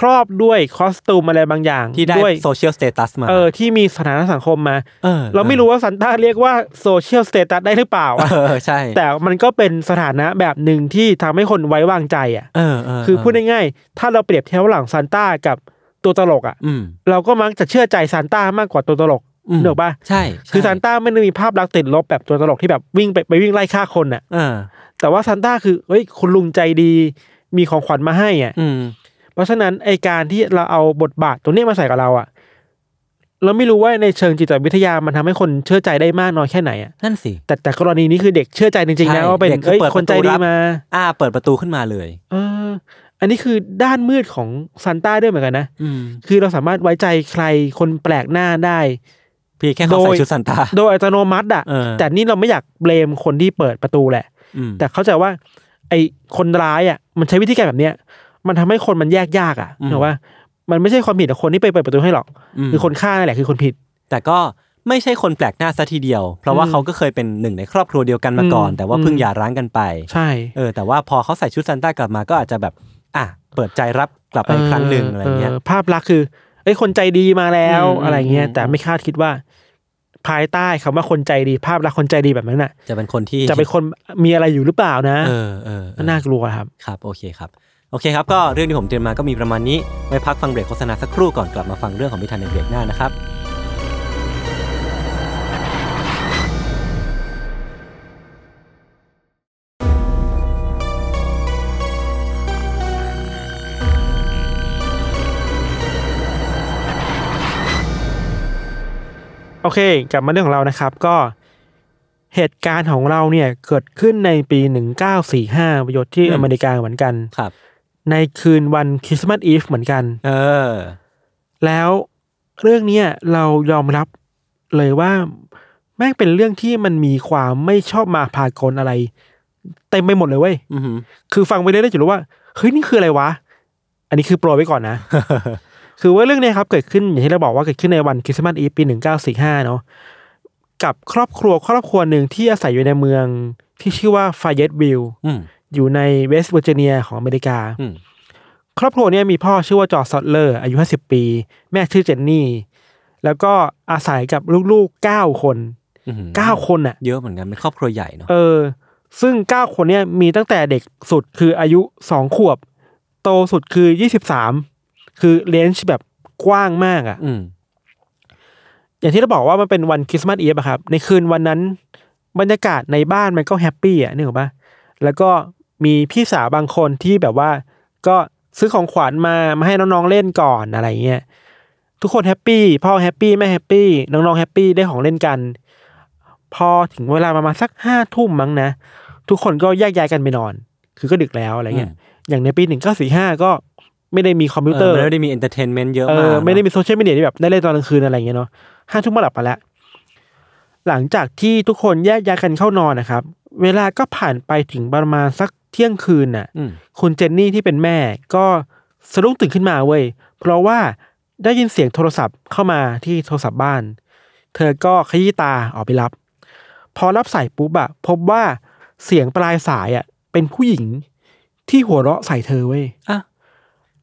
Speaker 3: ครอบด้วยคอสตูมอะไรบางอย่าง
Speaker 2: ที่ได้
Speaker 3: วย
Speaker 2: โซเชียลสเตตัสมา
Speaker 3: เออที่มีสถานะสังคมมา
Speaker 2: เออ
Speaker 3: เราไม่รู้ว่าซานต้าเรียกว่าโซเชียลสเตตัสได้หรือเปล่าอะ
Speaker 2: เออใช่
Speaker 3: แต่มันก็เป็นสถานะแบบหนึ่งที่ทำให้คนไว้วางใจอ่ะ
Speaker 2: เออเออ
Speaker 3: คือพูดง่ายๆ ถ้าเราเปรียบเทียบระหลังซานต้ากับตัวตลกอ่ะ
Speaker 2: อืม
Speaker 3: เราก็มักจะเชื่อใจซานต้ามากกว่าตัวตลก
Speaker 2: ม
Speaker 3: เนกอะปะ
Speaker 2: ใช่ใช่
Speaker 3: คือซานต้าไม่ได้มีภาพลักษณ์ติดลบแบบตัวตลกที่แบบวิ่งไปไปวิ่งไล่ฆ่าคนอ่ะ
Speaker 2: เออ
Speaker 3: แต่ว่าซานต้าคือเฮ้ยคุณลุงใจดี มีของขวัญมาให้อ่ะ
Speaker 2: อืม
Speaker 3: เพราะฉะนั้นไอการที่เราเอาบทบาทตัวเนี้ยมาใส่กับเราอ่ะ เราไม่รู้ว่าในเชิงจิตวิทยามันทำให้คนเชื่อใจได้มากน้อยแค่ไหนอ่ะ
Speaker 2: นั่นสิ
Speaker 3: แต่แต่กรณีนี้คือเด็กเชื่อใจจริงๆนะ
Speaker 2: ใช่
Speaker 3: ว่าเป็น
Speaker 2: เด็กคือ
Speaker 3: เอ้ย
Speaker 2: เปิด
Speaker 3: คนใจ
Speaker 2: ประตู
Speaker 3: ดี
Speaker 2: รับ
Speaker 3: มา
Speaker 2: อ่า เปิดประตูขึ้นมาเลย
Speaker 3: เออ อันนี้คือด้านมืดของซานต้าด้วยเหมือนกันนะ
Speaker 2: อืม
Speaker 3: คือเราสามารถไว้ใจใครคนแปลกหน้าได้
Speaker 2: พี่แค่เขาใส่
Speaker 3: โดย
Speaker 2: ชุดซันตา
Speaker 3: โดยอัตโนมัติอ่ะ
Speaker 2: เออ
Speaker 3: แต่นี่เราไม่อยากเบลมคนที่เปิดประตูแหละ
Speaker 2: อืม
Speaker 3: แต่เข้าใจว่า ไอคนร้ายอ่ะ มันใช้วิธีการแบบเนี้ย มันทำให้คนมันแยกยากอ่ะเห็นว่า มันไม่ใช่ความผิดของคนที่ไปเปิดประตูให้หรอก
Speaker 2: ม
Speaker 3: คือคนฆ่านั่นแหละคือคนผิด
Speaker 2: แต่ก็ไม่ใช่คนแปลกหน้าซะทีเดียว เพราะว่า
Speaker 3: อืม
Speaker 2: เขาก็เคยเป็นหนึ่งในครอบครัวเดียวกันมาก่อน
Speaker 3: อืม
Speaker 2: แต่ว่าเพิ่ง
Speaker 3: อืม
Speaker 2: หย่าร้างกันไป
Speaker 3: ใช่
Speaker 2: เออแต่ว่าพอเขาใส่ชุดซันต้ากลับมาก็อาจจะแบบ อ่ะเปิดใจรับกลับไปอีกครั้งหนึ่งอะไรเงี้ย
Speaker 3: ภาพลักษณ์คือไอ้ยคนใจดีมาแล้ว
Speaker 2: อืม
Speaker 3: อะไรเงี้ย
Speaker 2: อืม
Speaker 3: แต่ไม่คาดคิดว่า ภายใต้คำว่าคนใจดีภาพลักษณ์คนใจดีแบบนั้นน่ะ
Speaker 2: จะเป็นคนที่
Speaker 3: จะเป็นคนมีอะไรอยู่หรือเปล่านะ
Speaker 2: เออเออเออ
Speaker 3: น่ากลัวครับ
Speaker 2: ครับโอเคครับโอเคครับ ก็เรื่องที่ผมเตรียมมาก็มีประมาณนี้ไว้พักฟังเบรกโฆษณาสักครู่ก่อนกลับมาฟังเรื่องของพิธันในเบรกหน้านะครับ
Speaker 3: โอเค กลับมาเรื่องของเรานะครับ ก็เหตุการณ์ของเราเนี่ยเกิดขึ้นในปี 1945ประโยชน์ที่
Speaker 2: อืม
Speaker 3: อเมริกาเหมือนกัน
Speaker 2: ครับ
Speaker 3: ในคืนวันคริสต์มาสอีฟเหมือนกัน
Speaker 2: เออ
Speaker 3: แล้วเรื่องเนี้ยเรายอมรับเลยว่าแม่งเป็นเรื่องที่มันมีความไม่ชอบมาพากลอะไรเต็มไปหมดเลยเว้ย
Speaker 2: อือหือ
Speaker 3: คือฟังไปเรื่อยๆจะรู้ว่าเฮ้ยนี่คืออะไรวะ อันนี้คือโปรยไว้ก่อนนะ คือว่าเรื่องเนี้ยครับเกิดขึ้นอย่างที่เราบอกว่าเกิดขึ้นในวันคริสต์มาสอีฟปีหนึ่งเก้าสี่ห้าเนาะกับครอบครัวครอบครัวหนึ่งที่อาศัยอยู่ในเมืองที่ชื่อว่าฟาเยตวิล
Speaker 2: อืม
Speaker 3: อยู่ในเวสต์เวอร์จิเนียของอเมริกา
Speaker 2: อืม
Speaker 3: ครอบครัวเนี้มีพ่อชื่อว่าจอร์จซอตเลอร์ อายุ 50 ปี แม่ชื่อเจนนี่ แล้วก็อาศัยกับลูกๆ 9 คน
Speaker 2: อื้อหือ
Speaker 3: 9 คนน่ะ
Speaker 2: เยอะเหมือนกันเป็นครอบครัวใหญ่เนาะ
Speaker 3: เออ ซึ่ง 9 คนเนี่ยมีตั้งแต่เด็กสุดคืออายุ 2 ขวบ โตสุดคือ 23 คือเลนจ์แบบกว้างมากอะ่ะ
Speaker 2: อืม
Speaker 3: อย่างที่เราบอกว่ามันเป็นวันคริสต์มาสอีฟอะครับ ในคืนวันนั้น บรรยากาศในบ้านมันก็แฮปปี้อ่ะนึกออกปะแล้วก็มีพี่สาวบางคนที่แบบว่า ก็ซื้อของขวัญมามาให้น้องๆเล่นก่อนอะไรเงี้ยทุกคนแฮปปี้พ่อแฮปปี้แม่แฮปปี้น้องๆแฮปปี้ได้ของเล่นกัน พอถึงเวลาประมาณสักห้าทุ่มมั้งนะ ทุกคนก็แยกย้ายกันไปนอน คือก็ดึกแล้วอะไรเงี้ยอย่างในปีหนึ่งเก้าสี่ห้าก็ไม่ได้มีคอมพิวเต
Speaker 2: เอ
Speaker 3: อ
Speaker 2: อ
Speaker 3: ร์
Speaker 2: มันไม่ได้มีเอนเตอร์เทนเมนต์เยอะ
Speaker 3: เอ
Speaker 2: มาก
Speaker 3: อ
Speaker 2: เนอะ
Speaker 3: ไม่ได้มีโซเชียลมีเดียที่แบบได้เล่นตอนกลางคืนอะไรอย่างเงี้ยเนาะห้าทุ่มมาหลับไปแล้ว หลังจากที่ทุกคนแยกย้ายกันเข้านอนนะครับ เวลาก็ผ่านไปถึงประมาณสักเที่ยงคืนน่ะ
Speaker 2: อืม
Speaker 3: คุณเจนนี่ที่เป็นแม่ก็สะดุ้งตื่นขึ้นมาเว้ยเพราะว่าได้ยินเสียงโทรศัพท์เข้ามาที่โทรศัพท์บ้าน เธอก็ขยี้ตาออกไปรับ พอรับสายปุ๊บอะพบว่าเสียงปลายสายอะเป็นผู้หญิงที่หัวเราะใส่เธอเว้ย
Speaker 2: อ่ะ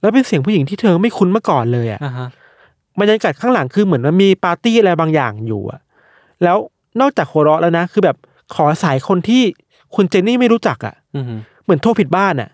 Speaker 3: แล้วเป็นเสียงผู้หญิงที่เธอไม่คุ้นมาก่อนเลยอะ
Speaker 2: อ่ะฮะ
Speaker 3: บรรยากาศข้างหลังคือเหมือนมันมีปาร์ตี้อะไรบางอย่างอยู่อะแล้วนอกจากหัวเราะแล้วนะ คือแบบขอสายคนที่คุณเจนนี่ไม่รู้จักอะ
Speaker 2: อือหือ
Speaker 3: เหมือนโทรผิดบ้านอะ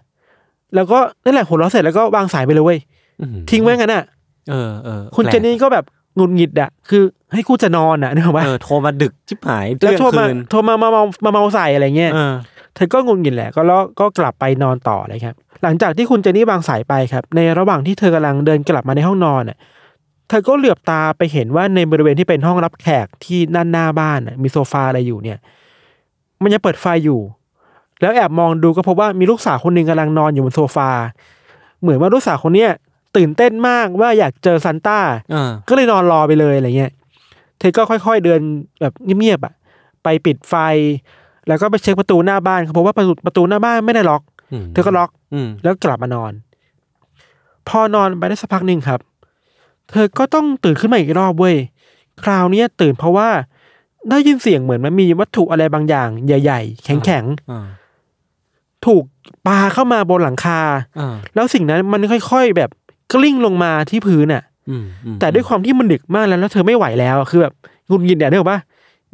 Speaker 3: แล้วก็นั่นแหละหัวเราะเสร็จแล้วก็วางสายไปเลยเว้ย
Speaker 2: อื้อหือ
Speaker 3: ทิ้งไว้งั้นอะ
Speaker 2: เออเออ
Speaker 3: คุณ
Speaker 2: แปล
Speaker 3: เจ
Speaker 2: ก
Speaker 3: นนี่ก็แบบหงุดหงิดอะคือให้กูจะนอนอะนึกออกปะ
Speaker 2: เออโทรมาดึกชิบหาย
Speaker 3: แล้ว
Speaker 2: เที่ยง
Speaker 3: โทรมา
Speaker 2: คืน
Speaker 3: โทรมามาเมามาเมาใส่อะไรเงี้ย
Speaker 2: เออ
Speaker 3: เธอก็งุนงินแหละก็แล้วก็กลับไปนอนต่อเลยครับ หลังจากที่คุณเจนนี่วางสายไปครับ ในระหว่างที่เธอกำลังเดินกลับมาในห้องนอนน่ะเธอก็เหลือบตาไปเห็นว่าในบริเวณที่เป็นห้องรับแขกที่ด้านหน้าบ้านน่ะมีโซฟาอะไรอยู่เนี่ย มันยังเปิดไฟอยู่ แล้วแอบมองดูก็พบว่ามีลูกสาวคนหนึ่งกำลังนอนอยู่บนโซฟา เหมือนว่าลูกสาวคนเนี้ยตื่นเต้นมากว่าอยากเจอซานต้า
Speaker 2: เออ
Speaker 3: ก็เลยนอนรอไปเลยอะไรเงี้ย เธอก็ค่อยๆเดินแบบเงียบๆอ่ะ ไปปิดไฟ แล้วก็ไปเช็คประตูหน้าบ้านเขาพบว่าประตูประตูหน้าบ้านไม่ได้ล็อก
Speaker 2: ม
Speaker 3: เธอก็ล็อก
Speaker 2: อืม
Speaker 3: แล้วกลับมานอน พอนอนไปได้สักพักหนึ่งครับ เธอก็ต้องตื่นขึ้นมาอีกรอบเว้ย คราวเนี้ยตื่นเพราะว่าได้ยินเสียงเหมือนมันมีวัตถุอะไรบางอย่าง ใหญ่ ๆ แข็ง
Speaker 2: อ่า
Speaker 3: ๆ ถูกปาเข้ามาบนหลังคา
Speaker 2: อ่า
Speaker 3: แล้วสิ่งนั้นมันค่อย ๆ แบบกลิ้งลงมาที่พื้นอ่ะ
Speaker 2: อืมอืม
Speaker 3: แต่ด้วยความที่มันดึกมากแล้วแล้วเธอไม่ไหวแล้วคือแบบหงุนงิดเนี่ยนึกออกปะ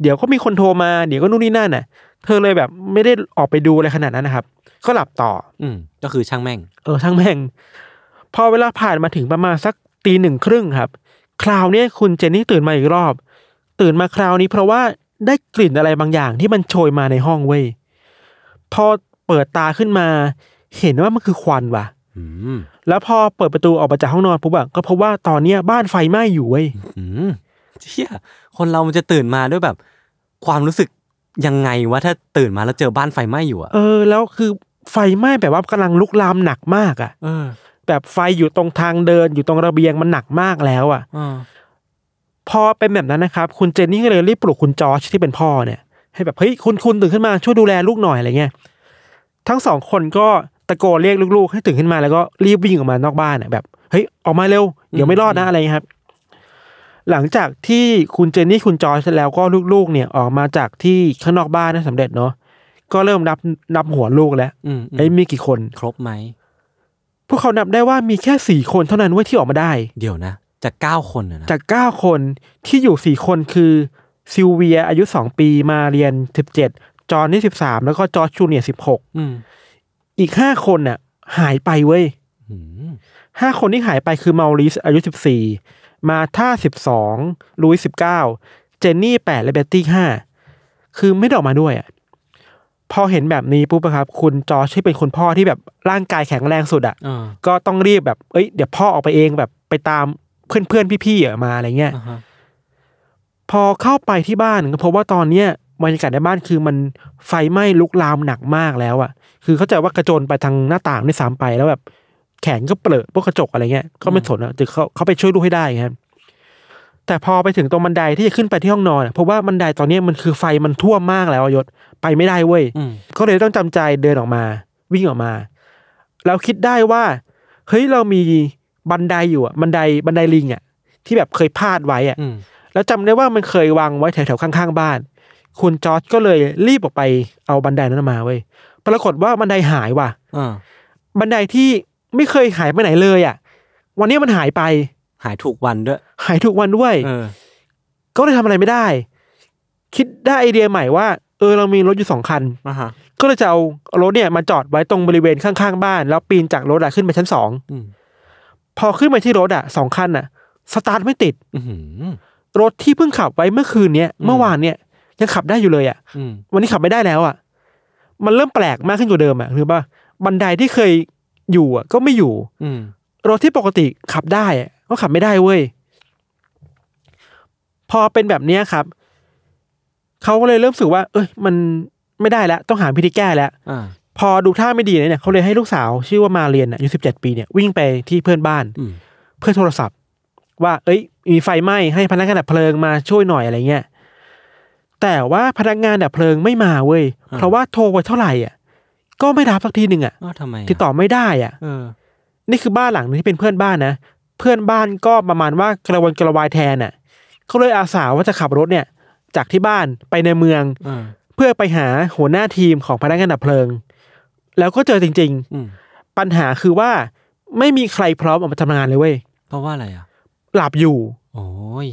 Speaker 3: เดี๋ยวก็มีคนโทรมาเดี๋ยวก็นู่นนี่นั่นน่ะ เธอเลยแบบไม่ได้ออกไปดูอะไรขนาดนั้นนะครับ ก็หลับต่อ
Speaker 2: อืมก็คือช่างแม่ง
Speaker 3: เออช่างแม่ง พอเวลาผ่านมาถึงประมาณสักตีหนึ่งครึ่งครับ คราวเนี้ยคุณเจนนี่ตื่นมาอีกรอบ ตื่นมาคราวนี้เพราะว่าได้กลิ่นอะไรบางอย่างที่มันโชยมาในห้องเว้ยพอเปิดตาขึ้นมา เห็นว่ามันคือควันว่ะ
Speaker 2: อืม
Speaker 3: แล้วพอเปิดประตูออกมาจากห้องนอนปุ๊บอะก็พบว่าตอนเนี้ยบ้านไฟไหม้อยู่เว้ย
Speaker 2: อืมเชี่ยคนเรามันจะตื่นมาด้วยแบบ ความรู้สึกยังไงวะถ้าตื่นมาแล้วเจอบ้านไฟไหม้อยู่อะ
Speaker 3: เออแล้วคือไฟไหม้แบบว่ากำลังลุกลามหนักมากอะ่ะ
Speaker 2: เออ
Speaker 3: แบบไฟอยู่ตรงทางเดินอยู่ตรงระเบียงมันหนักมากแล้วอะ่ะ
Speaker 2: เออ
Speaker 3: พอเป็นแบบนั้นนะครับ คุณเจนนี่ก็เลยรีบปลุกคุณจอร์จที่เป็นพ่อเนี่ย ให้แบบเฮ้ยคุณคุณตื่นขึ้นมาช่วยดูแลลูกหน่อยอะไรเงี้ยทั้งสองคนก็ตะโกนเรียกลูกๆ ให้ตื่นขึ้นมาแล้วก็รีบวิ่งออกมานอกบ้านน่ะแบบเฮ้ยออกมาเร็วเดี๋ยวไม่รอดนะอะไรเงี้ยครับ หลังจากที่คุณเจนนี่คุณจอร์จแล้วก็ลูกๆ เนี่ยออกมาจากที่ข้างนอกบ้านได้สำเร็จเนาะก็เริ่มนับนับหัวลูกแล้ว
Speaker 2: อืมอืม
Speaker 3: ไอ้ยมีกี่คน
Speaker 2: ครบไหม
Speaker 3: พวกเขานับได้ว่ามีแค่สี่คนเท่านั้นเว้ยที่ออกมาได้
Speaker 2: เดี๋ยวนะ จากเก้าคนน่ะนะ
Speaker 3: จากเก้าคนที่อยู่สี่คนคือซิลเวียอายุสองปีมาเรียนสิบเจ็ดจอห์นนี่สิบสามแล้วก็จอร์จจูเนียสิบหก
Speaker 2: อืม
Speaker 3: อีกห้าคนน่ะ หายไปเว้ย
Speaker 2: อืม
Speaker 3: ห้าคนที่หายไปคือเมาริสอายุสิบสี่มาท่าสิบสองลุยสิบเก้าเจนนี่แปดและเบตตี้ห้าคือไม่ได้ออกมาด้วยอะพอเห็นแบบนี้ปุ๊บอะครับ คุณจอร์จที่เป็นคุณพ่อที่แบบร่างกายแข็งแรงสุดอะ
Speaker 2: อ่า
Speaker 3: ก็ต้องรีบแบบ เอ้ย เดี๋ยวพ่อออกไปเองแบบไปตามเพื่อนเพื่อนๆพี่ๆอะมาอะไรเงี้ย
Speaker 2: อ่าฮะ
Speaker 3: พอเข้าไปที่บ้านก็พบว่าตอนเนี้ยบรรยากาศในบ้านคือมันไฟไหม้ลุกลามหนักมากแล้วอะคือเข้าใจว่ากระโจนไปทางหน้าต่างในสามไปแล้วแบบแขนก็เปลอะพวกกระจกอะไรเงี้ย ก็ไม่สนอะจึงเขาเขาไปช่วยลูกให้ได้ครับ แต่พอไปถึงตรงบันไดที่จะขึ้นไปที่ห้องนอนอะเพราะว่าบันไดตอนเนี้ยมันคือไฟมันท่วมมากแล้วอะยศไปไม่ได้เว้ย
Speaker 2: อืม
Speaker 3: ก็เลยต้องจำใจเดินออกมา วิ่งออกมาแล้วคิดได้ว่า เฮ้ยเรามีบันไดอยู่อะบันไดบันไดลิงอะที่แบบเคยพาดไว้อะ
Speaker 2: อืม
Speaker 3: แล้วจำได้ว่ามันเคยวางไว้แถวๆข้างๆบ้าน คุณจอร์จก็เลยรีบออกไปเอาบันไดนั้นมาเว้ยปรากฏว่าบันไดหายว่ะ
Speaker 2: อ่า
Speaker 3: บันไดที่ไม่เคยหายไปไหนเลยอะวันนี้มันหายไป
Speaker 2: หายถูกวันด้วย
Speaker 3: หายทุกวันด้วย
Speaker 2: เออ
Speaker 3: ก็เลยทำอะไรไม่ได้ คิดได้ไอเดียใหม่ว่า เออเรามีรถอยู่สองคัน
Speaker 2: อ่าฮะ
Speaker 3: ก็เลยจะเอารถเนี่ยมาจอดไว้ตรงบริเวณข้างๆบ้าน แล้วปีนจากรถอะขึ้นไปชั้นสอง
Speaker 2: อืม
Speaker 3: พอขึ้นไปที่รถอะสองคันอะสตาร์ทไม่ติด
Speaker 2: อือหือ
Speaker 3: รถที่เพิ่งขับไว้เมื่อคืนเนี้ย
Speaker 2: อืม
Speaker 3: เมื่อวานเนี่ยยังขับได้อยู่เลยอะ
Speaker 2: อืม
Speaker 3: วันนี้ขับไม่ได้แล้วอะมันเริ่มแปลกมากขึ้นกว่าเดิมอะคือว่าบันไดที่เคยอยู่อะก็ไม่อยู่
Speaker 2: อืม
Speaker 3: รถที่ปกติขับได้อะก็ขับไม่ได้เว้ยพอเป็นแบบเนี้ยครับเขาก็เลยเริ่มรู้สึกว่า เอ้ย มันไม่ได้แล้วต้องหาวิธีแก้แล้ว
Speaker 2: อ่า
Speaker 3: พอดูท่าไม่ดีเนี่ยเนี่ยเขาเลยให้ลูกสาวชื่อว่ามาเรียนน่ะอายุสิบเจ็ดปีเนี่ยวิ่งไปที่เพื่อนบ้าน
Speaker 2: อืม
Speaker 3: เพื่อโทรศัพท์ ว่า เอ้ย มีไฟไหม้ให้พนักงานดับเพลิงมาช่วยหน่อยอะไรเงี้ยแต่ว่าพนักงานดับเพลิงไม่มาเว้ยเพราะว่าโทรไปเท่าไหร่อ่ะ ก็ไม่รับสักทีหนึ่งอ่ะ
Speaker 2: อ้าวทำไมะ
Speaker 3: ติดต่อไม่ได้อ่ะ
Speaker 2: เออ
Speaker 3: นี่คือบ้านหลังที่เป็นเพื่อนบ้านนะเพื่อนบ้านก็ประมาณว่ากระวนกระวายแทนน่ะเขาเลยอาสาว่าจะขับรถเนี่ย จากที่บ้านไปในเมือง
Speaker 2: เออ
Speaker 3: เพื่อไปหาหัวหน้าทีมของพนักงานดับเพลิง แล้วก็เจอจริง ๆ
Speaker 2: อืม
Speaker 3: ปัญหาคือว่าไม่มีใครพร้อมออกมาทำงานเลยเว้ย
Speaker 2: เพราะว่าอะไรอ่ะ
Speaker 3: หลับอยู่
Speaker 2: โอ้ย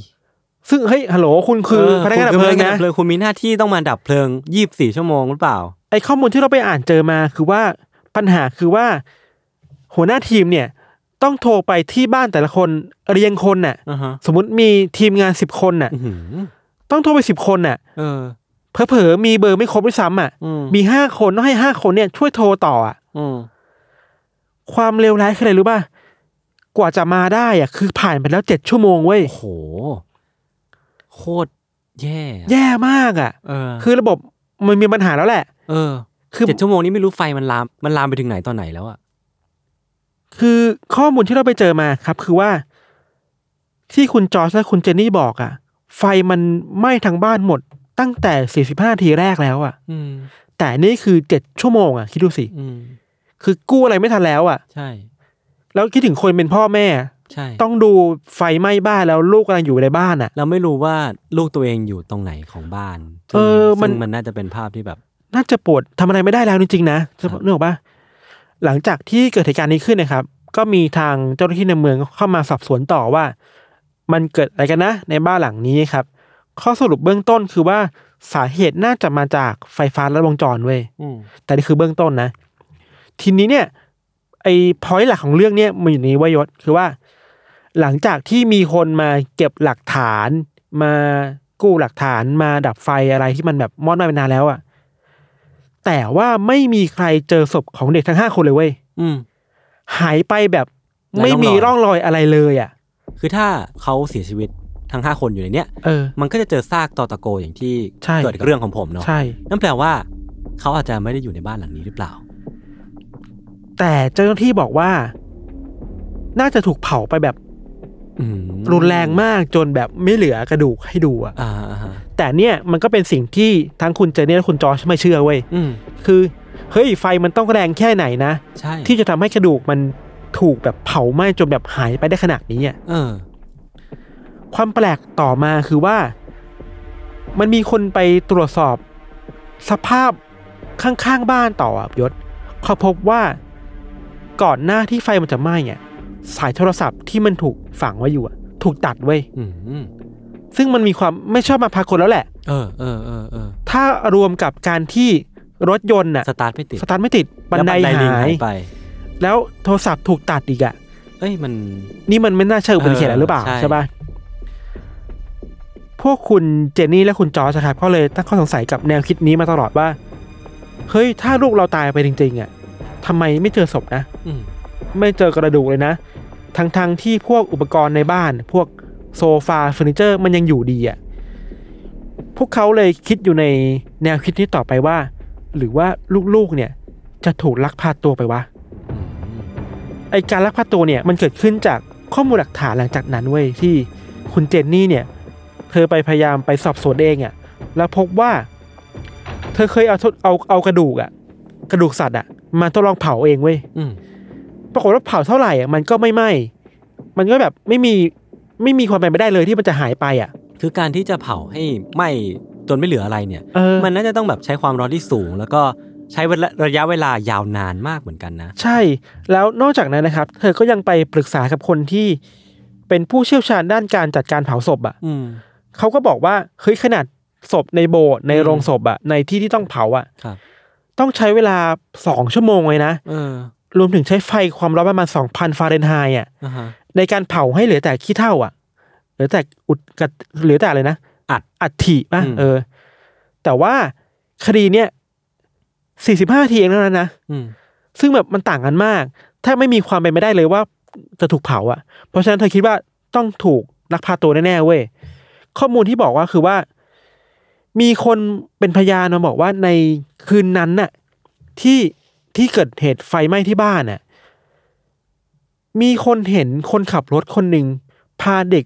Speaker 3: ซึ่งเฮ้ยฮัลโหลคุณคือ
Speaker 2: เ
Speaker 3: พนักงานดับ
Speaker 2: คุณ
Speaker 3: เพ
Speaker 2: คือพกา
Speaker 3: ลิงนะ
Speaker 2: ดับเพลิงคุณมีหน้าที่ต้องมาดับเพลิงยี่สิบสี่ชั่วโมงหรือเปล่า
Speaker 3: ไอข้อมูลที่เราไปอ่านเจอมาคือว่าปัญหาคือว่า หัวหน้าทีมเนี่ย ต้องโทรไปที่บ้านแต่ละคนเรียงคนน่ะ
Speaker 2: อ่าฮะ
Speaker 3: สมมติมีทีมงานสิบคนน่ะ
Speaker 2: อื้อหือ
Speaker 3: ต้องโทรไปสิบคนน่ะ
Speaker 2: เออ
Speaker 3: เผลอๆมีเบอร์ไม่ครบด้วยซ้ำอ่ะ
Speaker 2: อืม
Speaker 3: มีห้าคนต้องให้ห้าคนเนี่ยช่วยโทรต่ออ่ะ
Speaker 2: อืม
Speaker 3: ความเลวร้ายคืออะไรรู้ป่ะกว่าจะมาได้อ่ะคือผ่านไปแล้วเจ็ดชั่วโมงเว้ย
Speaker 2: โอ้โห โคตรแย่อะ
Speaker 3: แย่มากอ่ะ
Speaker 2: เออ
Speaker 3: คือระบบมันมีปัญหาแล้วแหละ
Speaker 2: เออ
Speaker 3: คือ
Speaker 2: เจ็ดชั่วโมงนี้ไม่รู้ไฟมันลาม มันลามไปถึงไหนตอนไหนแล้วอ่ะ
Speaker 3: คือข้อมูลที่เราไปเจอมาครับ คือว่า ที่คุณจอร์จและคุณเจนนี่บอกอะไฟมันไหม้ทั้งบ้านหมด ตั้งแต่ 45นาทีแรกแล้วอะ
Speaker 2: อืม
Speaker 3: แต่นี่คือเจ็ดชั่วโมงอะคิดดูสิ
Speaker 2: อืม
Speaker 3: คือกู้อะไรไม่ทันแล้วอะ
Speaker 2: ใช่
Speaker 3: แล้วคิดถึงคนเป็นพ่อแม่
Speaker 2: ใช่
Speaker 3: ต้องดูไฟไหม้บ้านแล้วลูกกำลังอยู่ในบ้านอะ
Speaker 2: เราไม่รู้ว่าลูกตัวเองอยู่ตรงไหนของบ้านซึ่ง
Speaker 3: เออมัน
Speaker 2: ซึ่งมันน่าจะเป็นภาพที่แบบ
Speaker 3: น่าจะปวดทำอะไรไม่ได้แล้วจริงๆนะเนื่องปะหลังจากที่เกิดเหตุการณ์นี้ขึ้นนะครับ ก็มีทางเจ้าหน้าที่ในเมืองเข้ามาสอบสวนต่อว่า มันเกิดอะไรกันนะ ในบ้านหลังนี้ครับ ข้อสรุปเบื้องต้นคือว่าสาเหตุน่าจะมาจากไฟฟ้าลัดวงจรเว้ย
Speaker 2: อืม
Speaker 3: แต่นี่คือเบื้องต้นนะ ทีนี้เนี่ย ไอ้พอยต์หลักของเรื่องเนี่ยมันอยู่ในวายศคือว่า หลังจากที่มีคนมาเก็บหลักฐาน มากู้หลักฐานมาดับไฟอะไรที่มันแบบมอดมาเป็นนานแล้วอะแต่ว่าไม่มีใครเจอศพของเด็กทั้งห้าคนเลยเว้ย
Speaker 2: อืม
Speaker 3: หายไปแบบไม่มี
Speaker 2: ไร้
Speaker 3: ร่
Speaker 2: ร่
Speaker 3: อ
Speaker 2: อง ง
Speaker 3: ร
Speaker 2: ร
Speaker 3: อ
Speaker 2: อย ย
Speaker 3: อะไรเลยอะ
Speaker 2: คือถ้าเขาเสียชีวิตทั้งห้าคนอยู่ในเนี้ย
Speaker 3: เออ
Speaker 2: มันก็จะเจอซากตอตะโกอย่างที่
Speaker 3: ใช่
Speaker 2: เกิดเรื่องของผมเนาะ
Speaker 3: ใช่
Speaker 2: นั่นแปลว่า เขาอาจจะไม่ได้อยู่ในบ้านหลังนี้หรือเปล่า
Speaker 3: แต่เจ้าหน้าที่บอกว่า น่าจะถูกเผาไปแบบ
Speaker 2: อืม
Speaker 3: รุนแรงมากจนแบบไม่เหลือกระดูกให้ดูอะ
Speaker 2: อ่าอ่าอ่า
Speaker 3: แต่เนี่ยมันก็เป็นสิ่งที่ทั้งคุณเจเน่และคุณจอชไม่เชื่อเว้ย
Speaker 2: อืม
Speaker 3: คือเฮ้ยไฟมันต้องแรงแค่ไหนนะ
Speaker 2: ใช่
Speaker 3: ที่จะทำให้กระดูกมันถูกแบบเผาไหม้จนแบบหายไปได้ขนาดนี้อะ
Speaker 2: เออ
Speaker 3: ความแปลกต่อมาคือว่า มันมีคนไปตรวจสอบสภาพข้างๆบ้านต่ออะยศเขาพบว่าก่อนหน้าที่ไฟมันจะไหม้เนี่ยสายโทรศัพท์ที่มันถูกฝังไว้อยู่อะถูกตัดไว้ย
Speaker 2: อืม
Speaker 3: ซึ่งมันมีความไม่ชอบมาพากลแล้วแหละ
Speaker 2: เออเออเออเออ
Speaker 3: ถ้ารวมกับการที่รถยนต์น่ะ
Speaker 2: สตาร์ทไม่ติด
Speaker 3: สตาร์ทไม่ติดบันได
Speaker 2: แล้วลิง
Speaker 3: หาย
Speaker 2: ไป
Speaker 3: แล้วโทรศัพท์ถูกตัดอีกอะ
Speaker 2: เอ้ยมัน
Speaker 3: นี่มันไม่น่าเชื่ออุบัติเหตุแล้วหรือเปล่า
Speaker 2: เออใช่
Speaker 3: ใช่ปะพวกคุณเจนนี่และคุณจอร์จครับก็เลยตั้งข้อสงสัยกับแนวคิดนี้มาตลอดว่า เฮ้ย ถ้าลูกเราตายไปจริงๆอ่ะทำไมไม่เจอศพนะ
Speaker 2: อืม
Speaker 3: ไม่เจอกระดูกเลยนะ ทั้งๆที่พวกอุปกรณ์ในบ้าน พวกโซฟาเฟอร์นิเจอร์มันยังอยู่ดีอ่ะ พวกเขาเลยคิดอยู่ในแนวคิดนี้ต่อไปว่า หรือว่าลูกๆเนี่ย จะถูกลักพาตัวไปวะ
Speaker 2: อืม
Speaker 3: ไอการลักพาตัวเนี่ยมันเกิดขึ้นจากข้อมูลหลักฐานหลังจากนั้นเว้ยที่คุณเจนนี่เนี่ย เธอไปพยายามไปสอบสวนเองอะ่ะแล้วพบว่า เธอเคยเอาทดเอาเอากระดูกอะ่ะ กระดูกสัตว์อะ่ะมาทดลองเผาเองเว้ย
Speaker 2: อืม
Speaker 3: ปรากฏว่าเผาเท่าไหร่อะมันก็ไม่ไหม้มันก็แบบไม่มีไม่มีความเป็นไปได้เลยที่มันจะหายไปอะ่ะ
Speaker 2: คือการที่จะเผาให้ไหม้จนไม่เหลืออะไรเนี่ย
Speaker 3: เออ
Speaker 2: มันน่าจะต้องแบบใช้ความร้อนที่สูง แล้วก็ใช้เวลาระยะเวลายาวนานมากเหมือนกันนะ
Speaker 3: ใช่ แล้วนอกจากนั้นนะครับ เธอก็ยังไปปรึกษากับคนที่เป็นผู้เชี่ยวชาญด้านการจัดการเผาศพอ่ะ
Speaker 2: อืม
Speaker 3: เขาก็บอกว่าเฮ้ยขนาดศพในโบสถ์ใน
Speaker 2: อืม
Speaker 3: โรงศพอะในที่ที่ต้องเผาอะ
Speaker 2: ครับ
Speaker 3: ต้องใช้เวลาสองชั่วโมงเลยนะ
Speaker 2: เออ
Speaker 3: รวมถึงใช้ไฟความร้อนประมาณสองพันฟาเรนไฮต์อะ
Speaker 2: อ่าฮะ
Speaker 3: ในการเผาให้เหลือแต่ขี้เถ้าอะเหลือแต่อุดกัดเหลือแต่อะไรนะ
Speaker 2: อัด
Speaker 3: อัฐิป่ะ
Speaker 2: อืม
Speaker 3: เออ แต่ว่าคดีเนี้ยสี่สิบห้าทีเองเท่านั้นนะ
Speaker 2: อืม
Speaker 3: ซึ่งแบบมันต่างกันมากแทบไม่มีความเป็นไปได้เลยว่าจะถูกเผาอะเพราะฉะนั้นเธอคิดว่าต้องถูกลักพาตัวแน่ๆเว้ย ข้อมูลที่บอกว่าคือว่า มีคนเป็นพยานมาบอกว่าในคืนนั้นน่ะ ที่ที่เกิดเหตุไฟไหม้ที่บ้านน่ะ มีคนเห็นคนขับรถคนหนึ่งพาเด็ก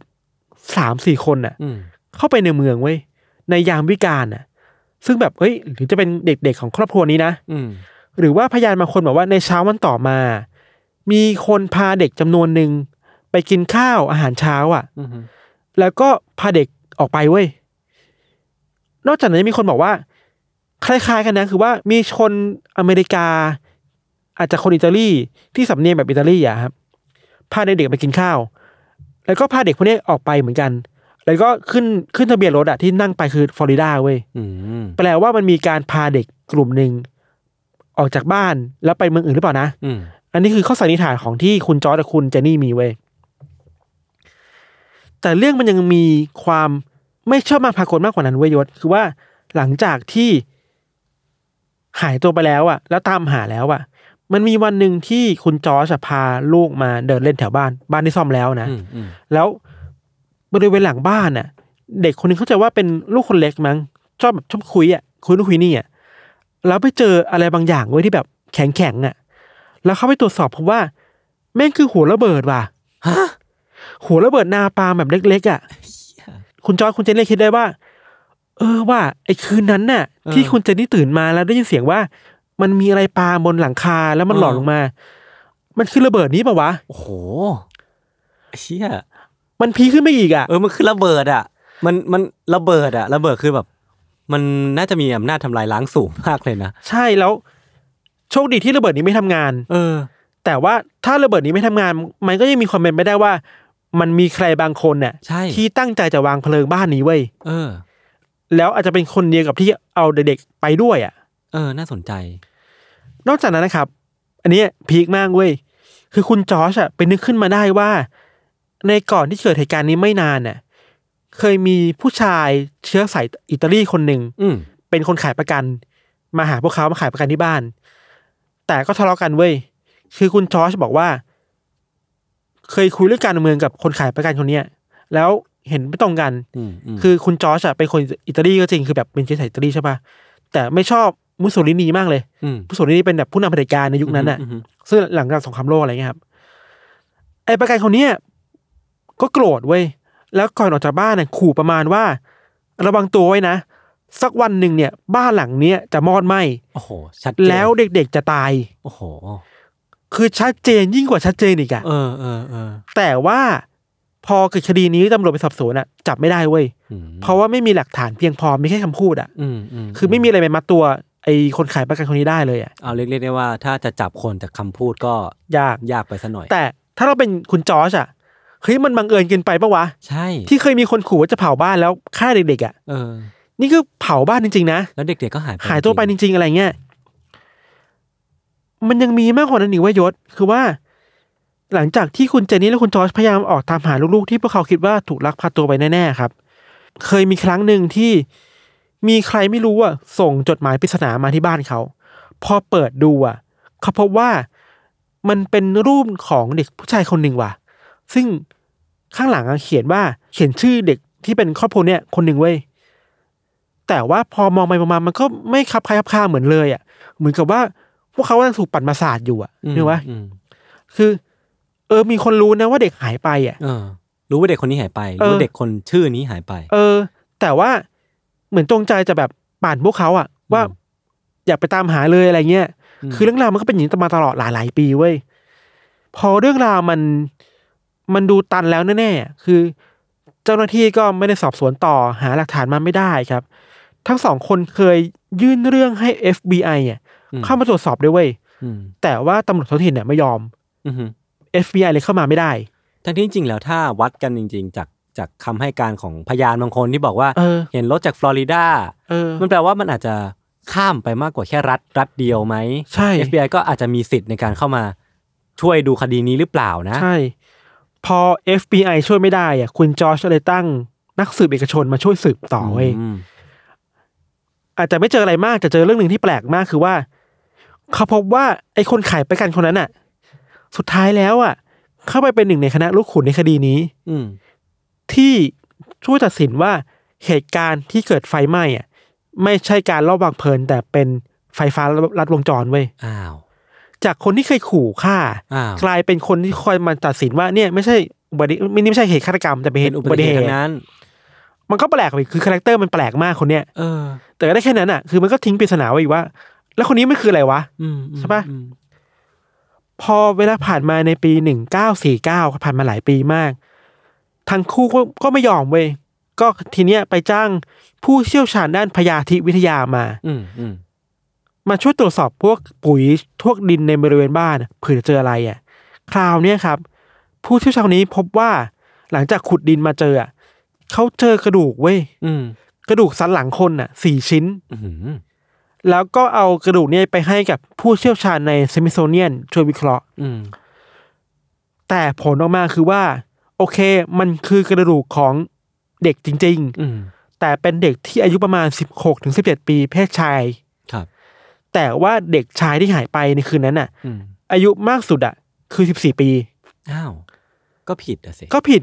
Speaker 3: สามสี่คนน่ะ
Speaker 2: อืม
Speaker 3: เข้าไปในเมืองเว้ยในยามวิกาลน่ะ ซึ่งแบบเอ้ยหรือจะเป็นเด็กๆของครอบครัวนี้นะ
Speaker 2: อืม
Speaker 3: หรือว่าพยานบางคนบอกว่าในเช้าวันต่อมา มีคนพาเด็กจำนวนหนึ่งไปกินข้าวอาหารเช้าอ่ะ
Speaker 2: อืม
Speaker 3: แล้วก็พาเด็กออกไปเว้ย นอกจากนั้นยังมีคนบอกว่า คล้ายๆกันนะคือว่ามีคนอเมริกา อาจจะคนอิตาลีที่สำเนียงแบบอิตาลีอะครับพาเด็กๆไปกินข้าว แล้วก็พาเด็กพวกนี้ออกไปเหมือนกัน แล้วก็ขึ้นขึ้นทะเบียนรถอะที่นั่งไปคือฟลอริดาเว้ย
Speaker 2: อืม
Speaker 3: แปลว่ามันมีการพาเด็กกลุ่มหนึ่งออกจากบ้านแล้วไปเมืองอื่นหรือเปล่านะ
Speaker 2: อืม
Speaker 3: อันนี้คือข้อสันนิษฐานของที่คุณจอร์จกับคุณเจนนี่มีเว้ย แต่เรื่องมันยังมีความไม่ชอบมาพากลมากกว่านั้นเว้ยยศ คือว่าหลังจากที่หายตัวไปแล้วอะแล้วตามหาแล้วอะมันมีวันหนึ่งที่คุณจอร์จอะพาลูกมาเดินเล่นแถวบ้าน บ้านที่ซ่อมแล้วนะ
Speaker 2: อืมอืม
Speaker 3: แล้วบริเวณหลังบ้านน่ะ เด็กคนนึงเข้าใจว่าเป็นลูกคนเล็กมั้งชอบแบบชอบคุยอ่ะคุยนู่นคุยนี่อ่ะแล้วไปเจออะไรบางอย่างไว้ยที่แบบแข็งแข็งๆอ่ะ แล้วเขาไปตรวจสอบพบว่าแม่งคือหัวระเบิดว่ะหัวระเบิดนาปาล์มแบบเล็กๆอ่ะคุณจอยคุณเจนเล่คิดได้ว่า เออว่าไอ้คืนนั้นน่ะ ที่คุณเจนนี่ตื่นมาแล้วได้ยินเสียงว่า มันมีอะไรปาบนหลังคาแล้วมันหล่นลงมา มันคือระเบิดนี้ปะวะ
Speaker 2: โอ้โหเชี่ย
Speaker 3: มันพีคขึ้นไปอีกอ่ะ
Speaker 2: เออมันคือระเบิดอ่ะ มันมันระเบิดอ่ะระเบิดคือแบบ มันน่าจะมีอำนาจทำลายล้างสูงมากเลยนะ
Speaker 3: ใช่แล้วโชคดีที่ระเบิดนี้ไม่ทำงาน
Speaker 2: เออ
Speaker 3: แต่ว่าถ้าระเบิดนี้ไม่ทำงาน มันก็ยังมีความเป็นไปได้ว่า มันมีใครบางคนเนี่ย
Speaker 2: ใช่
Speaker 3: ที่ตั้งใจจะวางเพลิงบ้านนี้ไว้ย
Speaker 2: เออ
Speaker 3: แล้วอาจจะเป็นคนเดียวกับที่เอาเด็กๆไปด้วยอ่ะ
Speaker 2: เออ น่าสนใจ
Speaker 3: นอกจากนั้นนะครับ อันเนี้ยพีคมากเว้ยคือคุณจอชอ่ะเป็นนึกขึ้นมาได้ว่า ในก่อนที่เกิดเหตุการณ์นี้ไม่นานน่ะเคยมีผู้ชายเชื้อสายอิตาลีคนหนึ่ง
Speaker 2: อืม
Speaker 3: เป็นคนขายประกัน มาหาพวกเขามาขายประกันที่บ้าน แต่ก็ทะเลาะกันเว้ยคือคุณจอชบอกว่า เคยคุยเรื่องการเมืองกับคนขายประกันคนเนี้ยแล้วเห็นไม่ตรงกัน
Speaker 2: อืมม
Speaker 3: คือคุณจอชอะเป็นคนอิตาลีก็จริงคือแบบเป็นเชื้อสายอิตาลีใช่ปะแต่ไม่ชอบมุสโซลินีมากเลย
Speaker 2: ม
Speaker 3: มุสโซลินีเป็นแบบผู้นำเผด็จการในยุคนั้นน่ะ
Speaker 2: มม
Speaker 3: ซึ่งหลังจากสงครามโลกอะไรเงี้ยครับไอ้ประกันคนเนี้ย ก็โกรธเว้ยแล้วก่อนออกจากบ้านน่ะขู่ประมาณว่า ระวังตัวไว้นะ สักวันหนึ่งเนี่ยบ้านหลังเนี้ยจะมอดไหม
Speaker 2: โอ้โห ชัดเจน
Speaker 3: แล้วเด็กๆจะตาย
Speaker 2: โอ้โห
Speaker 3: คือชัดเจนยิ่งกว่าชัดเจนอีกอะ
Speaker 2: เออเออเออ
Speaker 3: แต่ว่าพอเกิดคดีนี้ตำรวจไปสอบสวนอะจับไม่ได้เว้ย
Speaker 2: อืม
Speaker 3: เพราะว่าไม่มีหลักฐานเพียงพอมีแค่คำพูดอะ
Speaker 2: อืมอืม
Speaker 3: คือไม่มีอะไรไปมัดตัวไอ้คนขายประกันคนนี้ได้เลยอะ
Speaker 2: เอาเรียกๆได้ว่าถ้าจะจับคนจากคำพูดก็
Speaker 3: ยาก
Speaker 2: ยากไปซะหน่อย
Speaker 3: แต่ถ้าเราเป็นคุณจอชอะเฮ้ยมันบังเอิญเกินไปปะวะ
Speaker 2: ใช่
Speaker 3: ที่เคยมีคนขู่ว่าจะเผาบ้านแล้วฆ่าเด็กๆอะ
Speaker 2: เออ
Speaker 3: นี่คือเผาบ้านจริงๆนะ
Speaker 2: แล้วเด็กๆก็หายไป
Speaker 3: หายตัวไป
Speaker 2: จ
Speaker 3: จ
Speaker 2: ริง
Speaker 3: ริงๆอะไรเงี้ย มันยังมีมากกว่านั้นอีกเว่ายศ คือว่า หลังจากที่คุณเจนนี่และคุณจอร์จพยายามออกตามหาลูกๆ ที่พวกเขาคิดว่าถูกลักพาตัวไปแน่ๆครับ เคยมีครั้งหนึ่งที่มีใครไม่รู้อ่ะส่งจดหมายปริศนามาที่บ้านเขา พอเปิดดูอ่ะ เขาพบว่ามันเป็นรูปของเด็กผู้ชายคนหนึ่งว่ะ ซึ่งข้างหลังอะเขียนว่าเขียนชื่อเด็กที่เป็นครอบครัวเนี่ยคนหนึ่งเว้ย แต่ว่าพอมองไปมองมามันก็ไม่คับคล้ายคับคาเหมือนเลยอ่ะ เหมือนกับว่าพวกเขากำลังถูกปั่นมาศาสตร์อยู่อ่ะ
Speaker 2: อืม
Speaker 3: นึกว่า
Speaker 2: อืม
Speaker 3: คือ เออ มีคนรู้นะว่าเด็กหายไปอ่ะ
Speaker 2: เออ รู้ว่าเด็กคนนี้หายไป
Speaker 3: เอ
Speaker 2: รู้
Speaker 3: อ
Speaker 2: ว่าเด็กคนชื่อนี้หายไป
Speaker 3: เออ แต่ว่าเหมือนจงใจจะแบบปั่นพวกเขาอ่ะ ว่า
Speaker 2: อืม
Speaker 3: อยากไปตามหาเลยอะไรเงี้ย
Speaker 2: ม
Speaker 3: คือเรื่องราวมันก็เป็นอย่างนี้มาตลอดหลายๆปีเว้ย พอเรื่องราวมันมันดูตันแล้วแน่ๆ คือ เจ้าหน้าที่ก็ไม่ได้สอบสวนต่อหาหลักฐานมาไม่ได้ครับ ทั้งสองคนเคยยื่นเรื่องให้ FBI อ่ะ
Speaker 2: ม
Speaker 3: เข้ามาตรวจสอบด้วยเว้ย
Speaker 2: อืม
Speaker 3: แต่ว่าตำรวจท้องถิ่นเนี่ยไม่ยอม
Speaker 2: อืม
Speaker 3: FBI เลยเข้ามาไม่ได้
Speaker 2: ทั้งที่จริงๆแล้วถ้าวัดกันจริง ๆ จากจากคำให้การของพยานบางคนที่บอกว่า
Speaker 3: เออ
Speaker 2: เห็นรถจากฟลอริดา
Speaker 3: เออ
Speaker 2: มันแปลว่ามันอาจจะข้ามไปมากกว่าแค่รัฐรัฐเดียวไหม
Speaker 3: ใช่
Speaker 2: FBI ก็อาจจะมีสิทธิ์ในการเข้ามาช่วยดูคดีนี้หรือเปล่านะ
Speaker 3: ใช่ พอ FBI ช่วยไม่ได้อ่ะ คุณจอร์จก็เลยตั้งนักสืบเอกชนมาช่วยสืบต่อเว้ย
Speaker 2: ม
Speaker 3: อาจจะไม่เจออะไรมากแต่เจอเรื่องหนึ่งที่แปลกมากคือว่า เขาพบว่าไอ้คนขายประกันคนนั้นอ่ะ สุดท้ายแล้วอ่ะ เข้าไปเป็นหนึ่งในคณะลูกขุนในคดีนี้
Speaker 2: อืม
Speaker 3: ที่ช่วยตัดสินว่าเหตุการณ์ที่เกิดไฟไหม้อ่ะ ไม่ใช่การลอบวางเพลิงแต่เป็นไฟฟ้าลัดวงจรเว้ย
Speaker 2: อ้าว
Speaker 3: จากคนที่เคยขู่ฆ่า
Speaker 2: อ้าว
Speaker 3: กลายเป็นคนที่คอยมาตัดสินว่าเนี่ยไม่ใช่อุบัติไม่นี่ไม่ใช่เหตุฆาตกรรมแต่เป็นเห
Speaker 2: เป็น
Speaker 3: ตุ
Speaker 2: อุ
Speaker 3: อุ
Speaker 2: บั
Speaker 3: บั
Speaker 2: ติ
Speaker 3: ติ
Speaker 2: เห
Speaker 3: เห
Speaker 2: ตุ
Speaker 3: ตุ
Speaker 2: ทั้งนั้น
Speaker 3: มันก็แปลกไปอีกคือคาแรคเตอร์มันแปลกมากคนเนี้ย
Speaker 2: เออ
Speaker 3: แต่ก็ได้แค่นั้นอ่ะคือมันก็ทิ้งปริศนาไว้อีกว่า แล้วคนนี้มันคืออะไรวะ
Speaker 2: อืมอืม
Speaker 3: ใช่ปะ
Speaker 2: อืม
Speaker 3: พอเวลาผ่านมาในปี 1949ก็ผ่านมาหลายปีมาก ทั้งคู่ก็ก็ไม่ยอมเว้ย ก็ทีเนี้ยไปจ้างผู้เชี่ยวชาญด้านพยาธิวิทยามา
Speaker 2: อืมอืม
Speaker 3: มาช่วยตรวจสอบพวกปุ๋ยพวกดินในบริเวณบ้านเผื่อจะเจออะไรอ่ะ คราวเนี้ยครับ ผู้เชี่ยวชาญคนนี้พบว่าหลังจากขุดดินมาเจออ่ะเขาเจอกระดูกเว้ย
Speaker 2: อืม
Speaker 3: กระดูกสันหลังคนอ่ะสี่ชิ้น
Speaker 2: อื้อหือ
Speaker 3: แล้วก็เอากระดูกเนี่ยไปให้กับผู้เชี่ยวชาญในเซมิโซเนียนช่วยวิเคราะห์
Speaker 2: อืม
Speaker 3: แต่ผลออกมาคือว่า โอเคมันคือกระดูกของเด็กจริง
Speaker 2: อืม
Speaker 3: ๆ แต่เป็นเด็กที่อายุประมาณ 16ถึง17 ปีเพศชาย
Speaker 2: ครับ
Speaker 3: แต่ว่าเด็กชายที่หายไปในคืนนั้นน่ะ
Speaker 2: อืม
Speaker 3: อายุมากสุดอ่ะคือ 14 ปี
Speaker 2: อ้าว ก็ผิดอะสิ
Speaker 3: ก็ผิด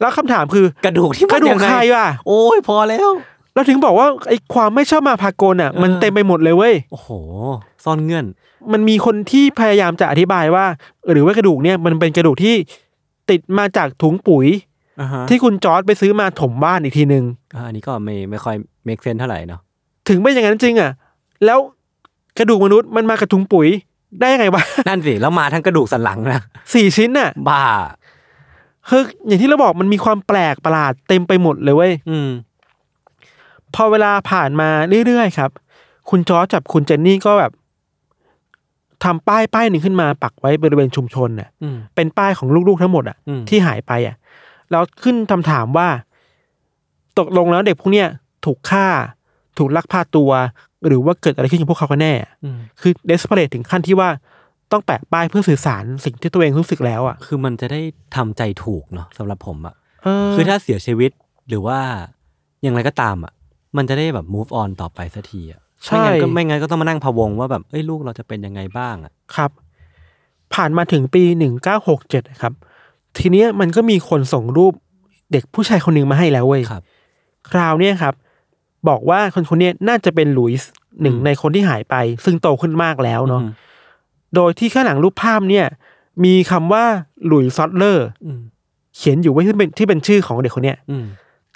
Speaker 3: แล้วคำถามคือก
Speaker 2: ระดูกที่มัน
Speaker 3: กระดูก
Speaker 2: ยังไง
Speaker 3: ใครวะ
Speaker 2: โอ้ยพอแล้ว
Speaker 3: เราถึงบอกว่าไอ้ความไม่ชอบมาพากลอ่ะ มัน
Speaker 2: เออ
Speaker 3: เต็มไปหมดเลยเว้ย
Speaker 2: โอ้โห ซ่อนเงื่อน
Speaker 3: มันมีคนที่พยายามจะอธิบายว่า หรือว่ากระดูกเนี่ยมันเป็นกระดูกที่ติดมาจากถุงปุ๋ย ที่คุณจอร์ดไปซื้อมาถมบ้านอีกทีหนึ่ง
Speaker 2: อ่าอันนี้ก็ไม่ไม่ค่อย make sense เท่าไหร่เนาะ
Speaker 3: ถึงเป็นอย่างนั้นจริงอ่ะ แล้วกระดูกมนุษย์มันมากระถุงปุ๋ยได้ยังไงวะ
Speaker 2: นั่นสิ แล้วมาทั้งกระดูกสันหลังนะ
Speaker 3: สี่ชิ้นน่ะ
Speaker 2: บ้า
Speaker 3: คืออย่างที่เราบอกมันมีความแปลกประหลาดเต็มไปหมดเลยเว้ย
Speaker 2: อืม
Speaker 3: พอเวลาผ่านมาเรื่อยๆครับ คุณจอร์จกับคุณเจนนี่ก็แบบทำป้ายป้ายหนึ่งขึ้นมาปักไว้บริเวณชุมชนน่ะ
Speaker 2: อืม
Speaker 3: เป็นป้ายของลูกๆทั้งหมดอ่ะ
Speaker 2: อืม
Speaker 3: ที่หายไปอ่ะแล้วขึ้นคำถามว่า ตกลงแล้วเด็กพวกเนี้ยถูกฆ่า ถูกลักพาตัว หรือว่าเกิดอะไรขึ้นกับพวกเขากันแน่
Speaker 2: อืม
Speaker 3: คือเดสเ r ร t ถึงขั้นที่ว่าต้องแปะป้ายเพื่อสื่อสารสิ่งที่ตัวเองรู้สึกแล้วอ่ะ
Speaker 2: คือมันจะได้ทำใจถูกเนาะสำหรับผมอะ
Speaker 3: เออ
Speaker 2: คือถ้าเสียชีวิตหรือว่าอย่างไรก็ตามอะมันจะได้แบบ move on ต่อไปสักทีอะไม่
Speaker 3: ใช่
Speaker 2: งั้นก็ไม่งั้นก็ต้องมานั่งพะวงว่าแบบเอ้ยลูกเราจะเป็นยังไงบ้างอะ
Speaker 3: ครับ ผ่านมาถึงปีหนึ่งเก้าหกเจ็ดครับ ทีเนี้ยมันก็มีคนส่งรูปเด็กผู้ชายคนหนึ่งมาให้แล้วเว้ย
Speaker 2: ครับ
Speaker 3: คราวเนี้ยครับ บอกว่าคนคนเนี้ยน่าจะเป็นหลุยส์หนึ่ง
Speaker 2: อืม
Speaker 3: ในคนที่หายไป ซึ่งโตขึ้นมากแล้วเนาะ
Speaker 2: อืม
Speaker 3: โดยที่ข้างหลังรูปภาพเนี่ย มีคำว่าหลุยส์ซอตเลอร์
Speaker 2: อืม
Speaker 3: เขียนอยู่ไว้ที่เป็นที่เป็นชื่อของเด็กคนเนี้ย
Speaker 2: อืม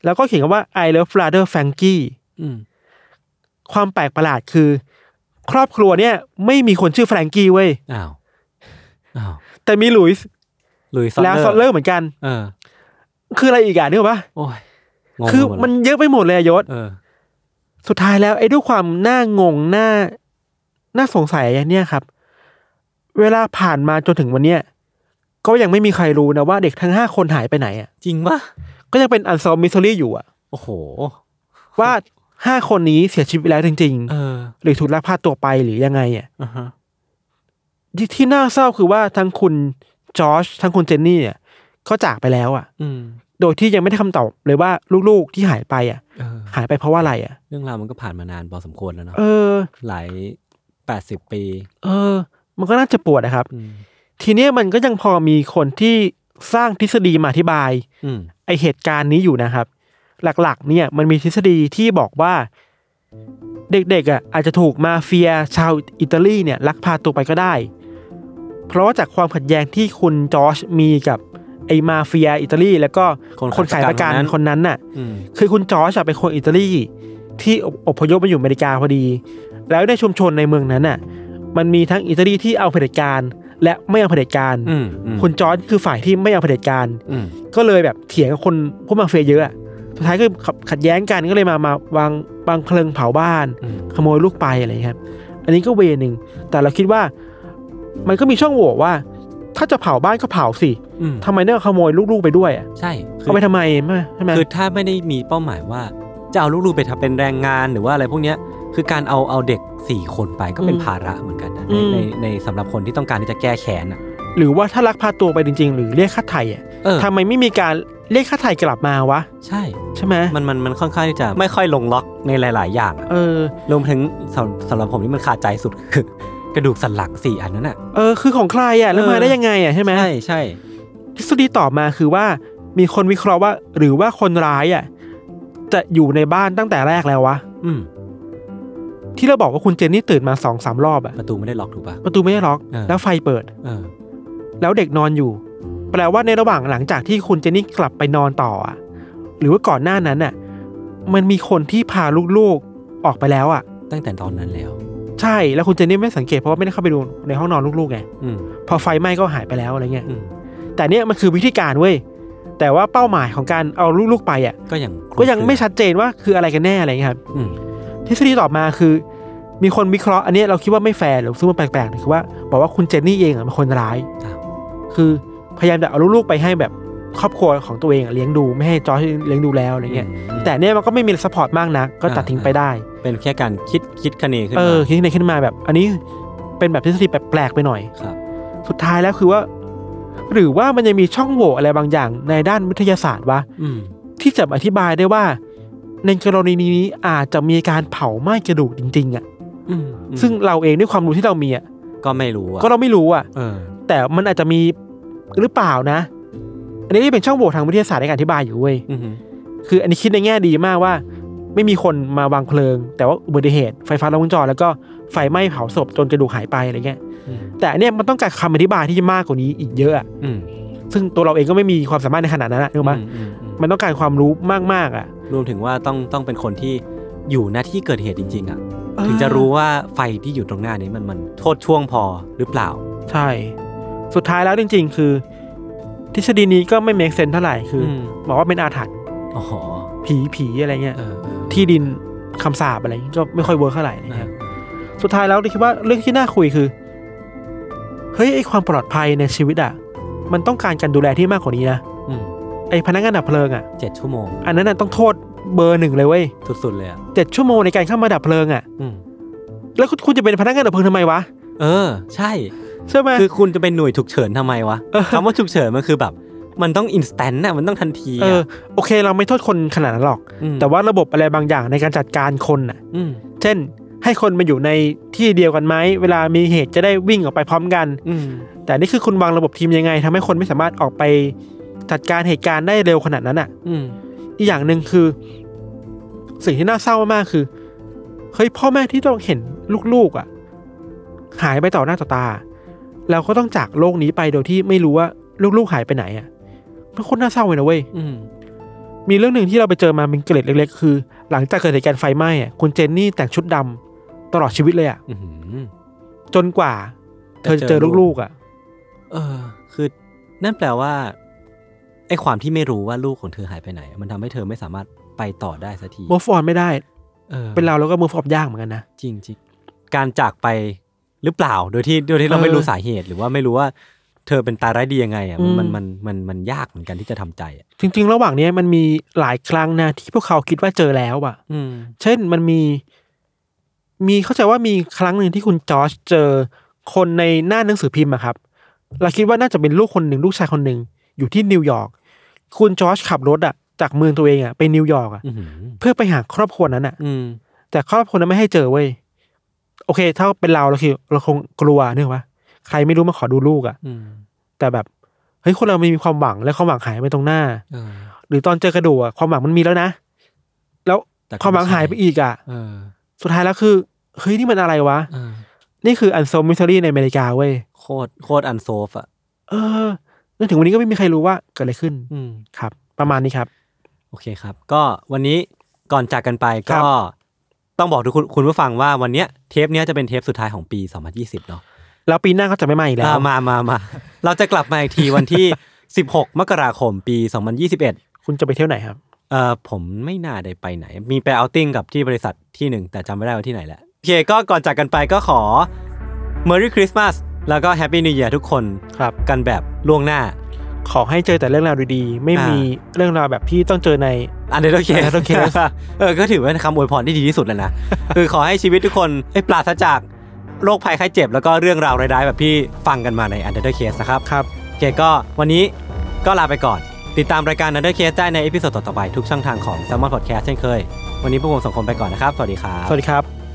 Speaker 3: แล้วก็เขียนคำว่า I love father Frankie
Speaker 2: อืม
Speaker 3: ความแปลกประหลาดคือ ครอบครัวเนี่ยไม่มีคนชื่อแฟรงกี้เว้ย
Speaker 2: อ้าวอ้าว
Speaker 3: แต่มีหลุยส์
Speaker 2: ลุยซ
Speaker 3: แล้วซ
Speaker 2: อ
Speaker 3: อ
Speaker 2: ล
Speaker 3: ล
Speaker 2: เล
Speaker 3: เล
Speaker 2: อร์
Speaker 3: อร์เหมือนกัน
Speaker 2: เออ
Speaker 3: คืออะไรอีกอ่ะนึกออกปะ
Speaker 2: โอ้ยงงไปหด
Speaker 3: คือมันเยอะไปหมดเลยอะยศ
Speaker 2: เออ
Speaker 3: สุดท้ายแล้วไอ้ด้วยความน่างงน่าน่าสงสัยอย่างเนี้ยครับ เวลาผ่านมาจนถึงวันเนี้ยก็ยังไม่มีใครรู้นะว่าเด็กทั้งห้าคนหายไปไหนอ่ะ
Speaker 2: จริงปะ
Speaker 3: ก็ยังเป็นอันซอมมิสซรี่อยู่อ่ะ
Speaker 2: โอ้โห
Speaker 3: ว่าห้าคนนี้เสียชีวิตไปแล้วจริง
Speaker 2: เออ
Speaker 3: ๆ หรือถูกลักพาตัวไปหรือยังไงอ่ะ
Speaker 2: อ่าฮะ
Speaker 3: ที่ที่น่าเศร้าคือว่าทั้งคุณจอชทั้งคุณเจนนี่อ่ะก็จากไปแล้วอ่ะ
Speaker 2: อืม
Speaker 3: โดยที่ยังไม่ได้คำตอบเลยว่าลูกๆที่หายไปอ่ะ
Speaker 2: เออ
Speaker 3: หายไปเพราะว่าอะไรอ่ะ
Speaker 2: เรื่องราวมันก็ผ่านมานานพอสมควรแล้วเนาะ
Speaker 3: เออ
Speaker 2: หลายแปดสิบปี
Speaker 3: เออ มันก็น่าจะปวดนะครับ
Speaker 2: อืม
Speaker 3: ทีเนี้ยมันก็ยังพอมีคนที่สร้างทฤษฎีมาอธิบาย
Speaker 2: อืม
Speaker 3: ไอเหตุการณ์นี้อยู่นะครับ หลักๆ เนี่ยมันมีทฤษฎีที่บอกว่า เด็กๆอ่ะอาจจะถูกมาเฟียชาวอิตาลีเนี่ยลักพาตัวไปก็ได้ เพราะว่าจากความขัดแย้งที่คุณจอร์จมีกับไอมาเฟียอิตาลีแล้วก็
Speaker 2: คน
Speaker 3: คนขายประกัน
Speaker 2: ขายประกัน
Speaker 3: คนนั้นน่ะ
Speaker 2: อืม
Speaker 3: คือคุณจอร์จอะเป็นคนอิตาลีที่ออพยพมาอยู่อเมริกาพอดี แล้วในชุมชนในเมืองนั้นน่ะ มันมีทั้งอิตาลีที่เอาเผด็จการ และไม่เอาเผด็จการ
Speaker 2: อืมอืม
Speaker 3: คุณจอร์จคือฝ่ายที่ไม่เอาเผด็จการ
Speaker 2: อืม
Speaker 3: ก็เลยแบบเถียงกับคนพวกมาเฟียเยอะอะสุดท้ายก็ขัดขัดแย้งกันก็เลยมามาวางวางเพลิงเผาบ้าน
Speaker 2: อืม
Speaker 3: ขโมยลูกไปอะไรอย่างเงี้ยครับ อันนี้ก็เวหนึ่งแต่เราคิดว่า มันก็มีช่องโหว่ว่า ถ้าจะเผาบ้านก็เผาสิ
Speaker 2: อืม
Speaker 3: ทำไมต้องขโมยลูกๆไปด้วยอะ
Speaker 2: ใช่คื
Speaker 3: เอาไปทำไมไม่ใช่ไหม
Speaker 2: คือถ้าไม่ได้มีเป้าหมายว่า จะเอาลูกๆไปทำเป็นแรงงานหรือว่าอะไรพวกเนี้ย คือการเอาเอาเด็กสี่คนไปก็เป็น
Speaker 3: อืม
Speaker 2: ภาระเหมือนกันนะ
Speaker 3: อื
Speaker 2: ใน
Speaker 3: ม
Speaker 2: ในในสำหรับคนที่ต้องการที่จะแก้แค้นอ่ะ
Speaker 3: หรือว่าถ้าลักพาตัวไปจริง ๆ หรือเรียกค่าไถ่อะ
Speaker 2: เออ
Speaker 3: ทำไมไม่มีการเรียกค่าไถ่กลับมาวะ
Speaker 2: ใช่
Speaker 3: ใช่ไหม
Speaker 2: มันมันมันค่อนข้างที่จะไม่ค่อยลงล็อกในหลาย ๆ อย่างอะ
Speaker 3: เออ
Speaker 2: รวมถึงสำสำหรับผมที่มันคาใจสุด คือ กระดูกสันหลังสี่อันนั้นอ่ะ
Speaker 3: เออ คือของใครอ่ะแล้ว
Speaker 2: เออ
Speaker 3: มาได้ยังไงอ่ะใช่ไหม
Speaker 2: ใช่ใช่
Speaker 3: ทฤษฎีต่อมาคือว่ามีคนวิเคราะห์ว่า หรือว่าคนร้ายอ่ะจะอยู่ในบ้านตั้งแต่แรกแล้ววะ
Speaker 2: อืม
Speaker 3: ที่เราบอกว่าคุณเจนนี่ตื่นมาสองสามรอบอ่ะ
Speaker 2: ประตูไม่ได้ล็อกถูกปะ
Speaker 3: ประตูไม่ได้ล็อก
Speaker 2: เออ
Speaker 3: แล้วไฟเปิด
Speaker 2: เออ
Speaker 3: แล้วเด็กนอนอยู่ แปลว่าในระหว่างหลังจากที่คุณเจนนี่กลับไปนอนต่ออ่ะ หรือว่าก่อนหน้านั้นอ่ะ มันมีคนที่พาลูกๆออกไปแล้วอ่ะ
Speaker 2: ตั้งแต่ตอนนั้นแล้ว
Speaker 3: ใช่แล้วคุณเจนนี่ไม่สังเกตเพราะว่าไม่ได้เข้าไปดูในห้องนอนลูกๆไง
Speaker 2: อืม
Speaker 3: พอไฟไหม้ก็หายไปแล้วอะไรเงี้ย
Speaker 2: อืม
Speaker 3: แต่เนี่ยมันคือวิธีการเว้ยแต่ว่าเป้าหมายของการเอาลูกๆไปอ่ะ
Speaker 2: ก็ยัง
Speaker 3: ก็ยังไม่ชัดเจนว่าคืออะไรกันแน่อะไรเงี้ยครับ
Speaker 2: อืม
Speaker 3: ทฤษฎีต่อมาคือ มีคนวิเคราะห์อันเนี้ยเราคิดว่าไม่แฟร์หรือซึ่งมันแปลกๆคือว่าบอกว่าคุณเจนนี่เองอ่ะเป็นคนร้าย
Speaker 2: อ้าว
Speaker 3: คือพยายามจะเอาลูกๆไปให้แบบครอบครัวของตัวเองอ่ะเลี้ยงดูไม่ให้จอร์จเลี้ยงดูแล้วอะไรเงี้ย
Speaker 2: อืม
Speaker 3: แต่เนี่ยมันก็ไม่มีสปอร์ตมากนะก็ตัด
Speaker 2: อ่า
Speaker 3: ทิ้งไปได้
Speaker 2: เป็นแค่การคิดคิดคะเนขึ้น
Speaker 3: เอ
Speaker 2: มา
Speaker 3: อคิดในขึ้นมาแบบ อันนี้เป็นแบบทฤษฎีแปลกๆไปหน่อย
Speaker 2: ครับ
Speaker 3: สุดท้ายแล้วคือว่า หรือว่ามันยังมีช่องโหว่อะไรบางอย่างในด้านวิทยาศาสตร์วะ
Speaker 2: อืม
Speaker 3: ที่จะอธิบายได้ว่า ในกรณีนี้อาจจะมีการเผาไหม้กระดูกจริงๆอะ่ะ
Speaker 2: อืม
Speaker 3: ซึ่งเราเองด้วยความรู้ที่เรามีอะ่ะ
Speaker 2: ก็ไม่รู้อ่ะ
Speaker 3: ก็เราไม่รู้อะ่ะ
Speaker 2: เออ
Speaker 3: แต่มันอาจจะมีหรือเปล่านะ อันนี้ก็เป็นช่องโหว่ทางวิทยาศาสตร์ในการอธิบายอยู่เว้ย
Speaker 2: อืม
Speaker 3: คืออันนี้คิดในแง่ดีมากว่า ไม่มีคนมาวางเพลิง แต่ว่าอุบัติเหตุไฟฟ้าลัดวงจรแล้วก็ไฟไหม้เผาศพจนกระดูกหายไปอะไรเงี้ย
Speaker 2: อืม
Speaker 3: แต่อันเนี้ยมันต้องการคำอธิบายที่มากกว่านี้อีกเยอะอะ
Speaker 2: อืม
Speaker 3: ซึ่งตัวเราเองก็ไม่มีความสามารถในขนาดนั้นนะถูกไหม
Speaker 2: อืมอืม
Speaker 3: มันต้องการความรู้มากๆอ่ะ
Speaker 2: รวมถึงว่าต้องต้องเป็นคนที่อยู่หน้าที่เกิดเหตุจริง ๆ อ่ะ ถึงจะรู้ว่าไฟที่อยู่ตรงหน้านี้มันมันโทษช่วงพอหรือเปล่า
Speaker 3: ใช่ สุดท้ายแล้วจริง ๆ คือ ทฤษฎีนี้ก็ไม่เมคเซนเท่าไหร่คืออ
Speaker 2: ม
Speaker 3: บอกว่าเป็นอาถรรพ์
Speaker 2: อ๋อ
Speaker 3: ผีผีอะไรเงี้ย
Speaker 2: เออเออ
Speaker 3: ที่ดินคำสาบอะไรเงี้ยก็ไม่ค่อยเวิร์คเท่าไหร่อะไร
Speaker 2: นะครั
Speaker 3: เงี้
Speaker 2: บ
Speaker 3: ยสุดท้ายแล้วเราคิดว่าเรื่องที่น่าคุยคือเฮ้ยไอความปลอดภัยในชีวิตอ่ะมันต้องการการดูแลที่มากกว่านี้นะ
Speaker 2: อืม
Speaker 3: ไอพนักงานดับเพลิงอ่ะ
Speaker 2: เจ็ดชั่วโมง
Speaker 3: อันนั้นน่ะต้องโทษเบอร์หนึ่งเลยเว้ย
Speaker 2: สุดๆเลยอ่ะ
Speaker 3: เจ็ดชั่วโมงในการเข้ามาดับเพลิงอ่ะ
Speaker 2: อืม
Speaker 3: แล้วคุณคุณจะเป็นพนักงานดับเพลิงทำไมวะ
Speaker 2: เออ ใช่
Speaker 3: ใช่ไหม
Speaker 2: คือคุณจะเป็นหน่วยฉุกเฉินทำไมวะ
Speaker 3: เออ
Speaker 2: คำว่าฉุกเฉินมันคือแบบ มันต้องอินสแตนต์น่ะมันต้องทันที
Speaker 3: เออ
Speaker 2: อะ
Speaker 3: โอเคเราไม่โทษคนขนาดนั้นหรอก
Speaker 2: ม
Speaker 3: แต่ว่าระบบอะไรบางอย่างในการจัดการคนน่ะ
Speaker 2: อืม
Speaker 3: เช่น ให้คนมาอยู่ในที่เดียวกันไหมเวลามีเหตุจะได้วิ่งออกไปพร้อมกัน
Speaker 2: อืม
Speaker 3: แต่นี่คือคุณวางระบบทีมยังไงทำให้คนไม่สามารถออกไปจัดการเหตุการณ์ได้เร็วขนาดนั้นอ่ะ
Speaker 2: อืม
Speaker 3: อีกอย่างหนึ่งคือ สิ่งที่น่าเศร้ามากๆคือเฮ้ยพ่อแม่ที่ต้องเห็นลูกๆอ่ะ หายไปต่อหน้าต่อตา เราก็ต้องจากโลกนี้ไปโดยที่ไม่รู้ว่าลูกๆหายไปไหนอ่ะ มันโคตรน่าเศร้าเลยนะเว้ย
Speaker 2: อืม
Speaker 3: มีเรื่องหนึ่งที่เราไปเจอมาเป็นเกล็ดเล็กๆ คือ หลังจากเกิดเหตุการณ์ไฟไหม้อะคุณเจนนี่แต่งชุดดำตลอดชีวิตเลยอะ
Speaker 2: อื้อหือ
Speaker 3: จนกว่า เธอจะเจอ
Speaker 2: จะเจอลู
Speaker 3: ลู
Speaker 2: ก
Speaker 3: กๆอะ
Speaker 2: เออ คือนั่นแปลว่าไอ้ความที่ไม่รู้ว่าลูกของเธอหายไปไหน มันทำให้เธอไม่สามารถไปต่อได้สักที
Speaker 3: มูฟออนไม่ได้
Speaker 2: เออ
Speaker 3: เป็นเราแล้วก็มูฟออนยากเหมือนกันนะ
Speaker 2: จริงจริงการจากไปหรือเปล่าโดยที่โดยที่เรา
Speaker 3: เออ
Speaker 2: ไม่รู้สาเหตุ หรือว่าไม่รู้ว่า เธอเป็นตายร้ายดียังไงอ่ะ
Speaker 3: อืม
Speaker 2: มันมันมันมันมันยากเหมือนกันที่จะทำใจอ่ะ
Speaker 3: จริง ๆ ระหว่างเนี้ยมันมีหลายครั้งนะที่พวกเขาคิดว่าเจอแล้วอะ
Speaker 2: อืม
Speaker 3: เช่นมันมี มีเข้าใจว่ามีครั้งหนึ่งที่คุณจอร์จเจอคนในหน้าหนังสือพิมพ์อะครับ เราคิดว่าน่าจะเป็นลูกคนหนึ่งลูกชายคนหนึ่งอยู่ที่นิวยอร์กคุณจอร์จขับรถอะจากเมืองตัวเองอะไปนิวยอร์กอะ
Speaker 2: อือหือ
Speaker 3: เพื่อไปหาครอบครัวนั้นอะ
Speaker 2: อืม
Speaker 3: แต่ครอบครัวนั้นไม่ให้เจอเว้ย โอเค ถ้าเป็นเราเราคือเราคงกลัวนึกว่าใครไม่รู้มาขอดูลูกอะ
Speaker 2: อืม
Speaker 3: แต่แบบเฮ้ยคนเรามันมีความหวังและความหวังหายไปตรงหน้า
Speaker 2: เออ
Speaker 3: หรือตอนเจอกระดูกอะความหวังมันมีแล้วนะ แล้ว
Speaker 2: แต่ก็
Speaker 3: ความหวังหายไปอีกอะ
Speaker 2: เออ
Speaker 3: สุดท้ายแล้วคือเฮ้ยนี่มันอะไรวะ
Speaker 2: เออ
Speaker 3: นี่คืออันโซมิส e รีในอเมริกาเว้ย
Speaker 2: โคตรโคตรอันโซฟอ่ะ
Speaker 3: เออจนถึงวันนี้ก็ไม่มีใครรู้ว่าเกิดอะไรขึ้น
Speaker 2: อืม
Speaker 3: ครับ ประมาณนี้ครับ
Speaker 2: โอเคครับ ก็วันนี้ก่อนจากกันไป
Speaker 3: ครั
Speaker 2: ก็
Speaker 3: บ
Speaker 2: ต้องบอกทุกคุณคุณผู้ฟังว่าวันเนี้ยเทปเนี้ยจะเป็นเทปสุดท้ายของปี 2020 เนาะ
Speaker 3: แล้วปีหน้าก็จะไม่มาอีกแล้ว
Speaker 2: อ่ามามามา เราจะกลับมาอีกทีวัน ที่ 16 มกราคมปี 2021 เ
Speaker 3: คุณจะไปเที่ยวไหนครับ
Speaker 2: อ่อผมไม่น่าได้ไปไหน มีไปเอาท์ติ้งกับที่บริษัทที่หนึ่ง แต่จำไม่ได้ว่าที่ไหนแล้วโอเคก็ก่อนจากกันไปก็ขอ Merry Christmas แล้วก็ Happy New Year ทุกคน
Speaker 3: ครับ
Speaker 2: กันแบบล่วงหน้า
Speaker 3: ขอให้เจอแต่เรื่องราวดีๆ ไม่มีเรื่องราวแบบที่ต้องเจอใน
Speaker 2: อันเดอร์เค
Speaker 3: Another case
Speaker 2: เออ ก็ถือว่าเป็นคำอวยพรที่ดีที่สุดแล้ว นะ คือขอให้ชีวิตทุกคนเอ้ยปราศจากโรคภัยไข้เจ็บ แล้วก็เรื่องราวร้ายๆ แบบที่ฟังกันมาในอันเดอร์เคสนะครับ
Speaker 3: ครับ
Speaker 2: โอเคก็วันนี้ก็ลาไปก่อน ติดตามรายการอันเดอร์เคสได้ในเอพิโซดต่อๆไปทุกช่องทางของ s ซ m o n Podcast เช่นเคย วันนี้พวกผมสองคนไปก่อนนะครับ สวัสดีครับ
Speaker 3: สวัสดีครับ